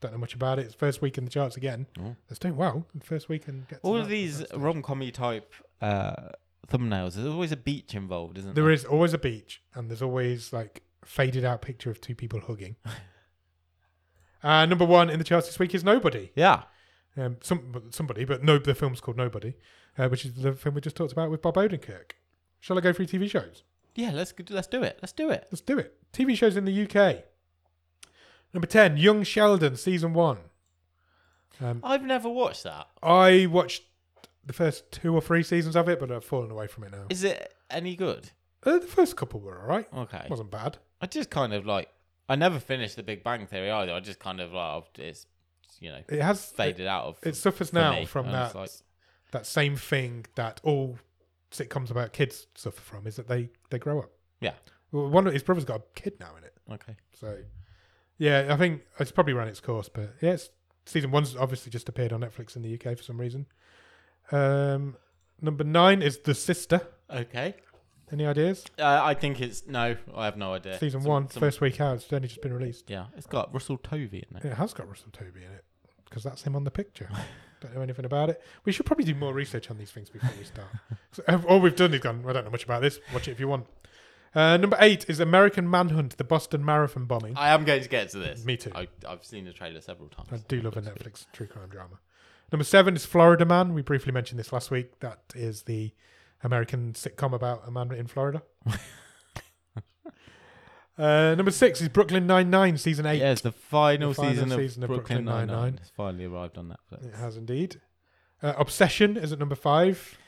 Don't know much about it. It's first week in the charts again.
Oh.
It's doing well. First week in gets
All
an
of
out-
these
that's-
rom commy type uh, thumbnails, there's always a beach involved, isn't
There is always a beach, and there's always like faded out picture of two people hugging. uh, number one in the charts this week is Nobody.
Yeah.
Um, some somebody, but no, the film's called Nobody, uh, which is the film we just talked about with Bob Odenkirk. Shall I go through TV shows?
Yeah, let's go- let's do it. Let's do it.
Let's do it. TV shows in the UK. Number ten, Young Sheldon, season one. Um,
I've never watched that.
I watched the first two or three seasons of it, but I've fallen away from it now.
Is it any good?
Uh, the first couple were all right.
Okay.
wasn't bad.
I just kind of like I never finished the Big Bang Theory either. I just kind of like I've- it's you know
It has
faded out of
It, it suffers
for
now
me,
from
and it's
that that same thing that all sitcoms about kids suffer from is that they they grow up.
Yeah.
Well, one of his brother's got a kid now in it,
like okay.
so yeah, I think it's probably ran its course. But yeah, it's, season one's obviously just appeared on Netflix in the UK for some reason. Um, number nine is The Sister.
Okay.
Any ideas?
Uh, I think it's no. I have no idea.
season
Some-
one, first
some-
week out. It's only just been released.
Yeah, it's got Russell Tovey in it.
It has got Russell Toby in it because that's him on the picture. don't know anything about it. We should probably do more research on these things before we start. 'Cause all we've done is gone. I don't know much about this. Watch it if you want. Uh, number eight is American Manhunt: The Boston Marathon Bombing. I,
I am going to get to this.
Me too.
I, I've seen the trailer several times.
do love a Netflix true crime drama. Number seven is Florida Man. We briefly mentioned this last week. That is the American sitcom about a man in Florida. uh, number six is Brooklyn Nine Nine, season eight.
Yeah, it's the final,
The final
season,
season
of, Brooklyn Nine Nine. It's finally arrived on Netflix.
It has indeed. Uh, Obsession is at number five.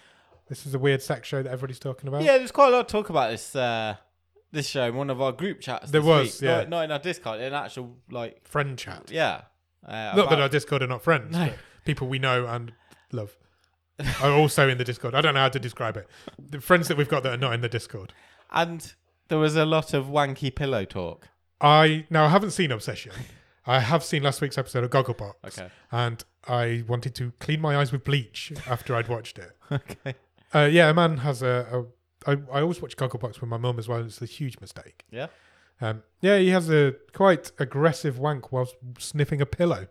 This is a weird sex show that everybody's talking about.
Yeah, there's quite a lot of talk about this uh, this show in one of our group chats.
There
this
was,
week.
yeah.
not, not in our Discord, in actual like,
Friend chat.
yeah. Uh,
Not that
about-
our Discord are not friends,
No.
but people we know and love are also in the Discord. I don't know how to describe it. The friends that we've got that are not in the Discord.
and there was a lot of wanky pillow talk.
I now I haven't seen Obsession. I have seen last week's episode of Gogglebox,
Okay.
and I wanted to clean my eyes with bleach after I'd watched it.
okay.
Uh, yeah, a man has a. a I, I always watch Gogglebox with my mum as well, and it's a huge mistake.
Yeah.
Um, yeah, he has a quite aggressive wank whilst sniffing a pillow.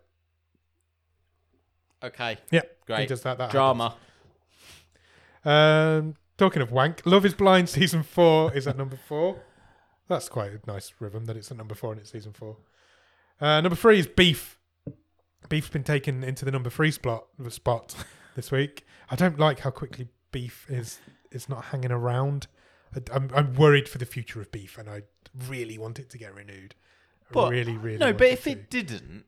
Okay.
Yeah, he
Great.
does that. that
Drama.
happens. Um, talking of wank, Love Is Blind season four is at number four. That's quite a nice rhythm that it's at number four and it's season four. Uh, number three is Beef. Beef's been taken into the number three spot spot this week. I don't like how quickly Beef is is not hanging around. I, am I'm worried for the future of Beef, and I really want it to get renewed. I
But-
really, really.
no,
want
but if
to.
it didn't,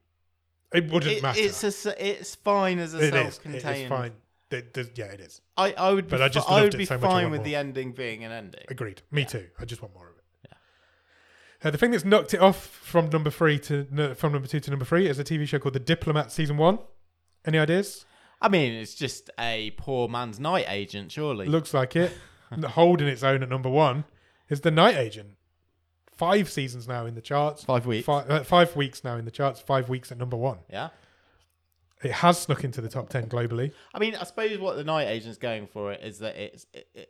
It wouldn't
it,
matter.
it's a, s- it's fine as a
It is.
self-contained.
It is fine. Th- th- yeah, it is.
I, I would, be
But I
fi-
just
I
loved
would
it
be
so much, I
fine
want
with
more.
the ending being an ending.
Agreed. Me too. I just want more of it. Uh, the thing that's knocked it off from number three to no, from number two to number three is a TV show called The Diplomat season one. Any ideas?
I mean, it's just a poor man's night agent, surely.
Looks like it. N- Holding its own at number one is The Night Agent. Five seasons now in the charts.
Five weeks.
Five, uh, five weeks now in the charts. Five weeks at number one.
Yeah.
It has snuck into the top ten globally.
I mean, I suppose what the night agent's going for it is that it's. It, it,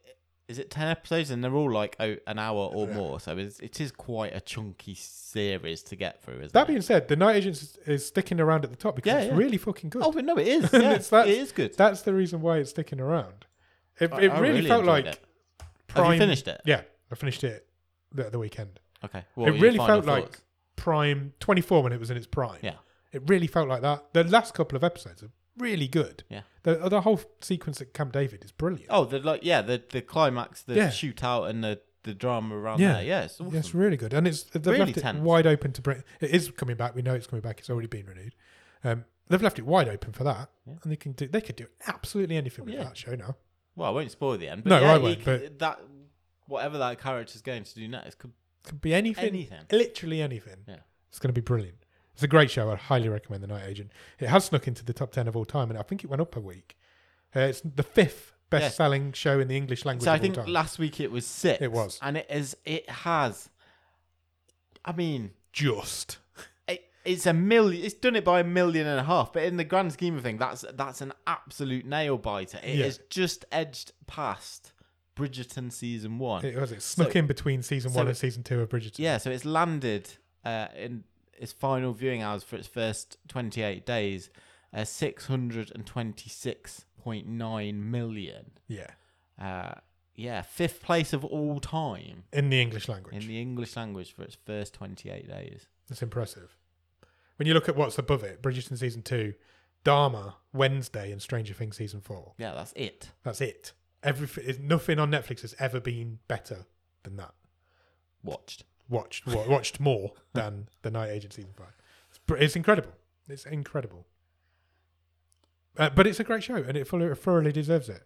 is it 10 episodes and they're all like oh, an hour or more? So it's, it is quite a chunky series to get through, isn't
That
it?
being said, The Night Agent is, is sticking around at the top because
Yeah,
it's
yeah.
really fucking good.
Oh, but no, it is.
And
Yeah,
it's that-
it is good.
That's the reason why it's sticking around. It,
I-
it
I
really, felt
enjoyed
like
it.
prime.
Have you finished it?
Yeah, I finished it the, the weekend.
Okay. What were
it
your
really
final
felt like
thoughts?
prime 24 when it was in its prime.
Yeah.
It really felt like that. The last couple of episodes are really good.
Yeah.
The, the whole sequence at Camp David is brilliant.
Oh, the like yeah, the the climax, the
Yeah.
shootout, and the the drama around
Yeah.
there. Yeah, it's awesome.
Yeah, it's really good, and it's they've
Really
left it
tense.
wide open to bring. It is coming back. We know it's coming back. It's already been renewed. Um, they've left it wide open for that, and they can do. They could do absolutely anything with
yeah.
that show now.
Well, I won't spoil the end. But
No,
yeah,
I
you
won't,
could- that whatever that character's going to do next could
could be anything,
Anything.
literally anything.
Yeah.
it's going to be brilliant. It's a great show. I highly recommend The Night Agent. It has snuck into the top ten of all time, and I think it went up a week. Uh, it's the fifth best-selling show in the English language.
So I
of
think
all time.
last week it was six.
It was.
and it is. It has. I mean,
just
it, it's a million. It's done it by a million and a half. But in the grand scheme of things, that's that's an absolute nail biter. It
Yeah.
has just edged past Bridgerton season one.
it was. It snuck in between season
so
one
it-
and season two of Bridgerton.
yeah, so it's landed uh, in its final viewing hours for its first 28 days, uh, 626.9 million.
yeah,
Uh, yeah, fifth place of all time
in the English language.
in the English language for its first 28 days.
That's impressive. When you look at what's above it, Bridgerton season two, Dharma, Wednesday, and Stranger Things season four.
Yeah, that's it.
That's it. Everything, is- nothing on Netflix has ever been better than that.
Watched.
watched wa- watched more than the Night Agent season five. It's, br- it's incredible. It's incredible. Uh, but it's a great show, and it fully, thoroughly deserves it.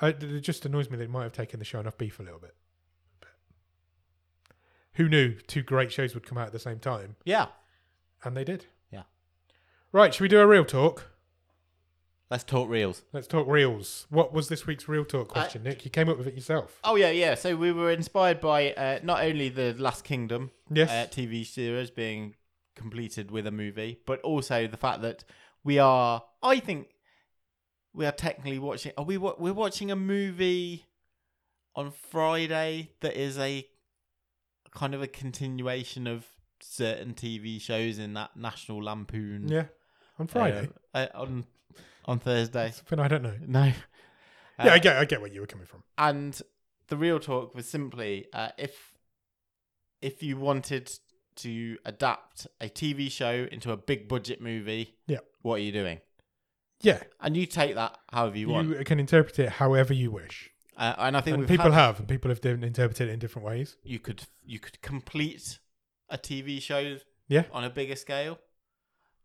I, it just annoys me that it might have taken the show enough beef a little bit. But who knew two great shows would come out at the same time?
Yeah.
And they did.
Yeah.
Right, should we do a real talk?
Let's talk reels.
Let's talk reels. What was this week's real
Uh,
talk question, Nick? You came up with it yourself.
Oh, yeah, yeah. So we were inspired by uh, not only The Last Kingdom,
Yes.
uh, TV series being completed with a movie, but also the fact that we are, I think, we are technically watching. Are we? wa- We're watching a movie on Friday that is a kind of a continuation of certain TV shows in that National Lampoon.
yeah. On Friday.
uh, uh, on on Thursday.
Something I don't know.
No. Um, Uh,
yeah, I get, I get where you were coming from.
and the real talk was simply uh, if if you wanted to adapt a TV show into a big budget movie,
Yeah.
what are you doing?
Yeah.
And you take that however you, want,
You can interpret it however you wish.
uh, and I think
And
we've
people
had-
have, and people have different, interpreted it in different ways.
you could you could complete a TV show
Yeah.
on a bigger scale.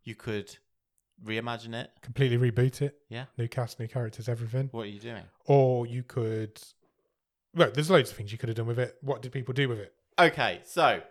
You could reimagine it.
Completely reboot it.
Yeah.
New cast, new characters, everything.
What are you doing?
Or you could. Well, there's loads of things you could have done with it. What did people do with it?
Okay, so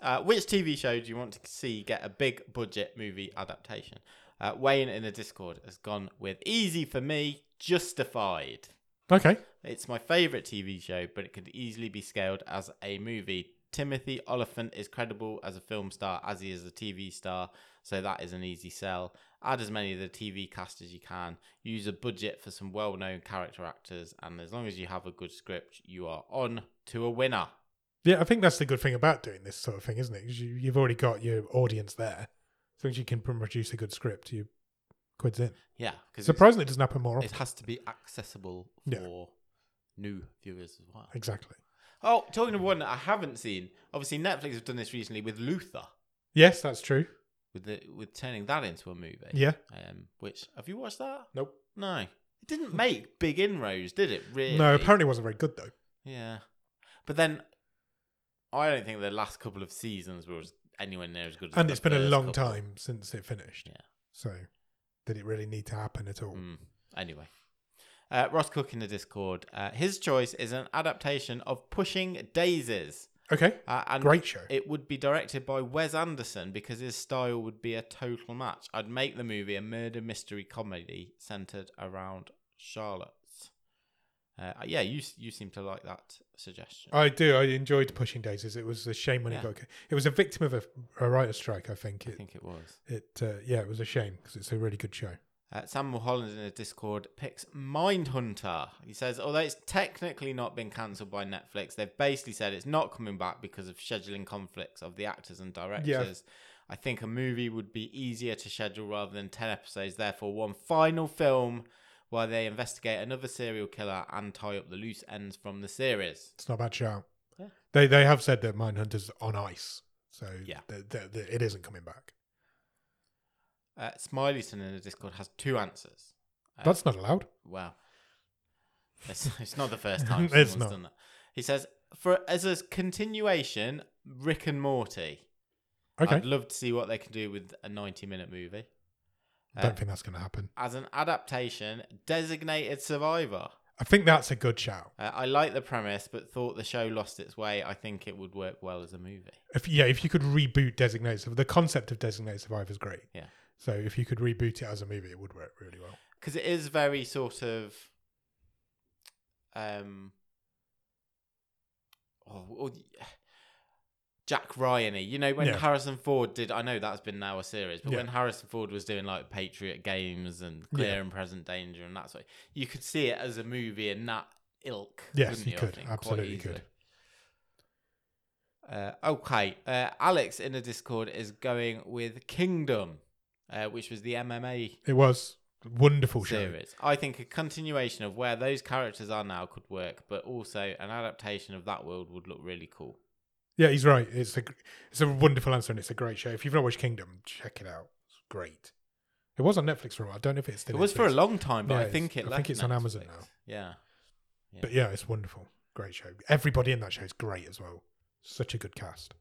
uh, which TV show do you want to see get a big budget movie adaptation? Uh, Wayne in the Discord has gone with easy for me, Justified.
Okay.
It's my favourite TV show, but it could easily be scaled as a movie. Timothy Oliphant is credible as a film star as he is a TV star, so that is an easy sell. Add as many of the TV cast as you can. Use a budget for some well known character actors, and as long as you have a good script, you are on to a winner.
Yeah, I think that's the good thing about doing this sort of thing, isn't it? 'Cause you, you've already got your audience there. As long as you can pr- produce a good script, you quids in.
Yeah, because
Surprisingly, it doesn't happen more
it
often.
has to be accessible
Yeah.
for new viewers as well.
Exactly.
Oh, talking of one that I haven't seen, obviously Netflix have done this recently with Luther,
Yes, that's true.
with the, with turning that into a movie.
Yeah.
Um, which have you watched that?
Nope.
No, it didn't make big inroads, did it? Really?
No, apparently it wasn't very good though.
Yeah, but then I don't think the last couple of seasons were as, anywhere near as good. as
And
the
it's been a
first
long
couple.
time since it finished.
Yeah.
So did it really need to happen at all?
Mm. Anyway, uh, Ross Cook in the Discord. Uh, his choice is an adaptation of Pushing Daisies,
Okay.
uh, and
Great show.
It would be directed by Wes Anderson because his style would be a total match. I'd make the movie a murder mystery comedy centered around Charlotte's. Uh, yeah, you you seem to like that suggestion.
I do. I enjoyed Pushing Daisies. It was a shame when
Yeah.
it got. It was a victim of a, a writer's strike, I think.
I
It,
think it was.
it uh, yeah, it was a shame because it's a really good show.
Uh, Samuel Holland in the Discord picks Mindhunter. He says, although it's technically not been cancelled by Netflix, they've basically said it's not coming back because of scheduling conflicts of the actors and directors. I think a movie would be easier to schedule rather than 10 episodes, therefore, one final film while they investigate another serial killer and tie up the loose ends from the series.
It's not a bad show.
Yeah.
They they have said that Mindhunter's on ice, so
Yeah.
th- th- th- it isn't coming back.
Uh, Smileyson in the Discord has two answers. Uh,
That's not allowed.
Wow. It's, it's not the first time
It's
someone's
not.
done that. He says, for as a continuation, Rick and Morty.
Okay,
I'd love to see what they can do with a 90 minute movie.
I
Uh,
don't think that's going to happen.
as an adaptation, Designated Survivor.
I think that's a good shout.
Uh, I like the premise, but thought the show lost its way. I think it would work well as a movie.
If yeah, if you could reboot Designated Survivor, the concept of Designated Survivor is great.
Yeah.
So if you could reboot it as a movie, it would work really well.
Because it is very sort of. um. Oh, oh, Jack Ryan you know when
Yeah.
Harrison Ford did I know that's been now a series but
Yeah.
when Harrison Ford was doing like Patriot Games and
Yeah.
Clear and Present Danger and that sort of, you could see it as a movie in that ilk
Yes,
wouldn't
you
I
could.
think,
Absolutely
easily.
could.
Uh, okay, uh, Alex in the Discord is going with Kingdom, uh, which was the MMA
It was a wonderful show.
series. I think a continuation of where those characters are now could work, but also an adaptation of that world would look really cool.
Yeah, he's right. It's a gr- it's a wonderful answer and it's a great show. If you've not watched Kingdom, check it out. It's great. It was on Netflix for a while. I don't know if it's still.
it was
is,
for a
but
long time, but
Yeah,
I
it's-
think
I
it.
think
left
it's on
Netflix.
Amazon now.
Yeah,
it's- But yeah, it's wonderful. Great show. Everybody in that show is great as well. Such a good cast.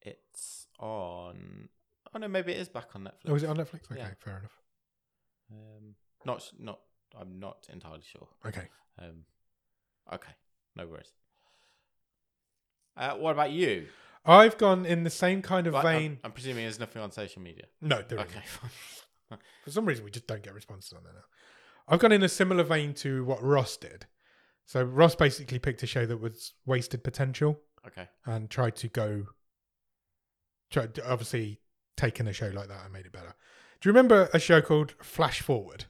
it's on. Oh no, maybe it is back on Netflix.
Oh, is it on Netflix? Okay,
Yeah.
fair enough.
Um, not s- not. I'm not entirely sure.
Okay.
Um, okay, no worries. Uh, what about you?
I've gone in the same kind of
Like, I'm-
vein.
I'm, presuming there's nothing on social media.
no, there isn't.
um, okay, fine.
For some reason, we just don't get responses on that now. I've gone in a similar vein to what Ross did. So Ross basically picked a show that was wasted potential.
okay.
and tried to go tried to- obviously taking a show like that and made it better. Do you remember a show called Flash Forward?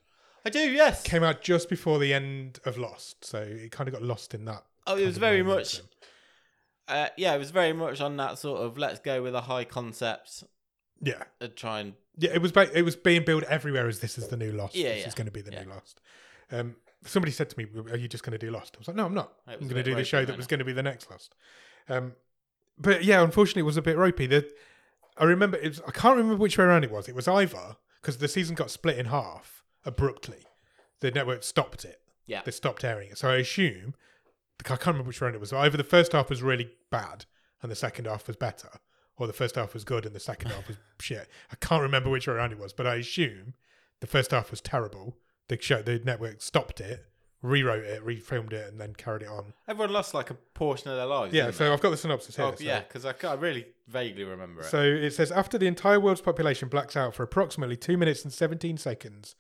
I do. Yes.
Came out just before the end of Lost, so it kind of got lost in that.
Oh, it
kind
was
of
very much.
momentum.
Uh, yeah, it was very much on that sort of let's go with a high concept
Yeah,
and try and
yeah. It was ba- it was being billed everywhere as this is the new Lost.
Yeah,
this
yeah.
is going to be the
Yeah.
new Lost. Um, somebody said to me, "Are you just going to do Lost?" I was like, "No, I'm not.
It was
I'm
a
going to
bit
do the
ropey,
show
wasn't
that was
it?"
going to be the next Lost." Um, but yeah, unfortunately, it was a bit ropey. The, I remember it was, I can't remember which way around it was. It was either because the season got split in half abruptly. The network stopped it.
Yeah.
they stopped airing it. So I assume I can't remember which round it was. Either the first half was really bad and the second half was better, or the first half was good and the second half was shit. I can't remember which way around it was, but I assume the first half was terrible. The show, the network stopped it, rewrote it, refilmed it, and then carried it on.
everyone lost like a portion of their lives.
Yeah,
didn't
so I've got the synopsis
they?
here.
oh,
so-
yeah, because I, ca- I really vaguely remember it.
so it says after the entire world's population blacks out for approximately two minutes and 17 seconds,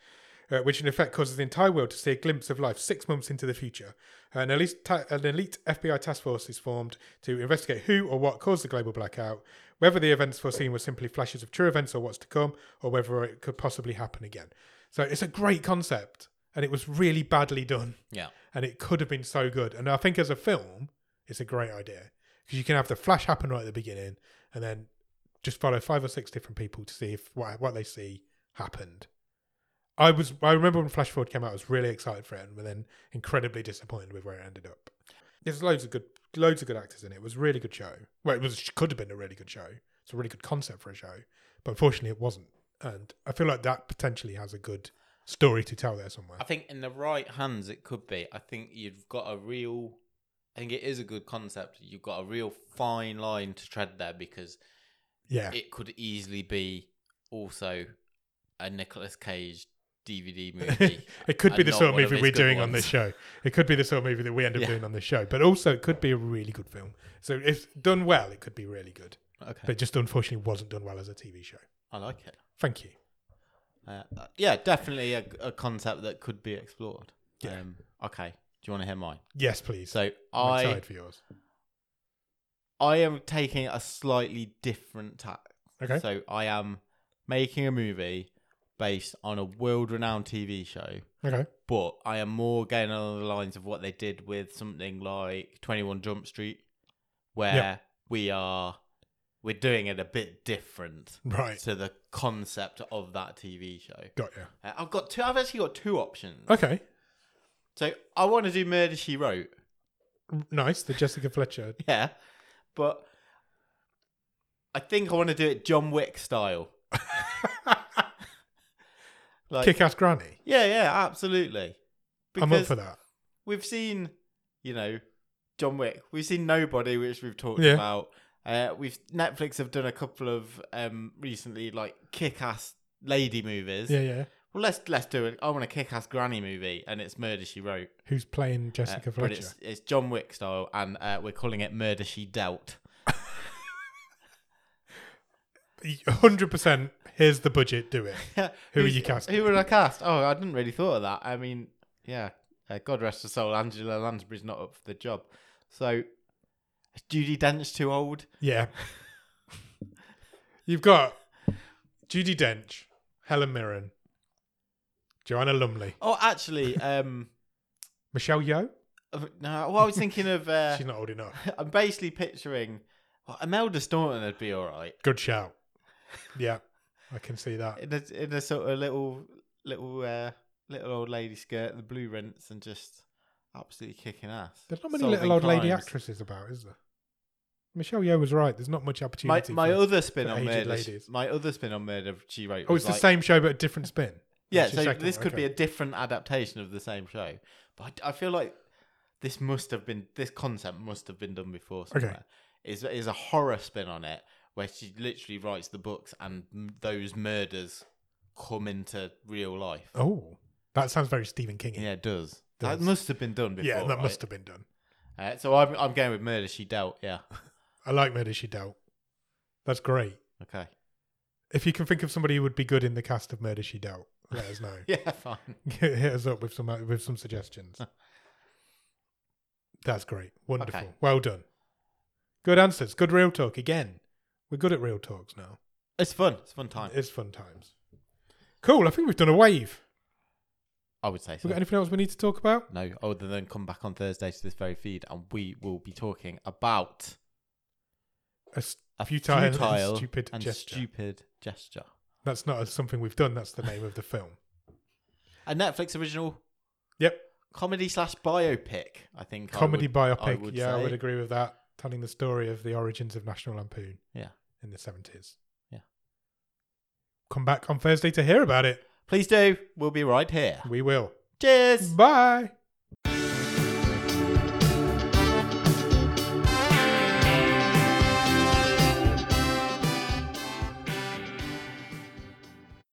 uh, which in effect causes the entire world to see a glimpse of life six months into the future. An elite, ta- an elite FBI task force is formed to investigate who or what caused the global blackout, whether the events foreseen were simply flashes of true events or what's to come, or whether it could possibly happen again. So it's a great concept, and it was really badly done
Yeah.
and it could have been so good. And I think as a film, it's a great idea because you can have the flash happen right at the beginning, and then just follow five or six different people to see if what, what they see happened. I was I remember when Flash Forward came out, I was really excited for it, and then incredibly disappointed with where it ended up. There's loads of good loads of good actors in it. It was a really good show. Well, it was could have been a really good show. It's a really good concept for a show, but unfortunately, it wasn't. And I feel like that potentially has a good story to tell there somewhere.
I think in the right hands it could be. I think you've got a real I think it is a good concept. You've got a real fine line to tread there because
Yeah,
it could easily be also a Nicolas Cage DVD movie.
It could be
and
the
Uh, not
sort of
one of
movie
his
we're
good
doing on
ones.
this show. It could be the sort of movie that we end up
Yeah.
doing on this show, but also it could be a really good film. So if done well, it could be really good.
okay.
But it just unfortunately wasn't done well as a TV show.
I like it.
Thank you.
Uh, uh, yeah, definitely a, a concept that could be explored.
Yeah.
Um, okay. Do you want to hear mine?
Yes, please.
So
I'm
I
excited for yours.
I am taking a slightly different tack.
Okay.
So I am making a movie based on a world-renowned TV show,
Okay.
but I am more going along the lines of what they did with something like Twenty One Jump Street, where
Yeah.
we are we're doing it a bit different
Right.
to the concept of that TV show.
Got you.
Uh, I've got two. I've actually got two options.
Okay.
So I want to do Murder She Wrote.
R- Nice. The Jessica Fletcher.
Yeah. But I think I want to do it John Wick style. like,
Kick ass granny.
yeah, yeah, absolutely. Because
I'm up for that.
we've seen, you know, John Wick. We've seen Nobody, which we've talked
Yeah.
about. Uh, we've Netflix have done a couple of um recently like kick-ass lady movies.
Yeah, yeah.
Well, let's let's do it. I want a kick-ass granny movie, and it's Murder She Wrote.
Who's playing
Uh,
Jessica
but
Fletcher?
it's, it's John Wick style, and uh, we're calling it Murder She Dealt.
100% here's the budget, do it. Who are
Who's-
you casting?
Who would I cast? Oh, I didn't really thought of that. I mean, yeah, uh, God rest her soul. Angela Lansbury's not up for the job, so is Judy Dench too old.
Yeah. You've got Judy Dench, Helen Mirren, Joanna Lumley,
Oh, actually, um,
Michelle Yeoh.
no. Well, I was thinking of. Uh,
She's not old enough.
I'm basically picturing well, Imelda Staunton would be all right
Good shout. Yeah, I can see that.
in a in a sort of little little uh, little old lady skirt, the blue rinse, and just absolutely kicking ass.
There's not many
Solving
little old lady
crimes.
actresses about, is there? Michelle Yeoh was right. There's not much
My,
opportunity.
my
for-
other spin
for
on
aged
murder,
ladies.
my other spin on murder, she wrote.
oh,
was
it's the
like-
same show but a different spin.
Yeah,
That's your
so
second
this
one,
could be a
okay.
different adaptation of the same show, but I, I feel like this must have been this concept must have been done before
Okay.
somewhere. Is is a horror spin on it where she literally writes the books and m- those murders come into real life.
Oh, that sounds very Stephen King.
Yeah, it does.
Does.
That must have been done before.
yeah, that
right?
must have been done.
Uh, so I'm I'm going with murder. She dealt. Yeah.
I like Murder She Dealt. That's great.
Okay.
If you can think of somebody who would be good in the cast of Murder She Dealt, let us know.
Yeah. Fine.
hit hit us up with some uh, with some suggestions. That's great. Wonderful.
Okay.
Well done. Good answers. Good real talk again. We're good at real talks now.
It's fun. It's fun time.
It's fun times. Cool. I think we've done a wave.
I would say so.
We got anything else we need to talk about?
No, other than come back on Thursday to this very feed, and we will be talking about
A s-
a
Futile and
futile
stupid
and
gesture.
stupid gesture.
that's not a, something we've done. That's the name of the film.
A Netflix original
Yep.
comedy slash biopic. I think I
Comedy
would-
biopic.
I would
yeah, I
say.
would agree with that. Telling the story of the origins of National Lampoon.
Yeah.
In the seventies.
Yeah.
Come back on Thursday to hear about it.
Please do. We'll be right here.
We will.
Cheers.
Bye.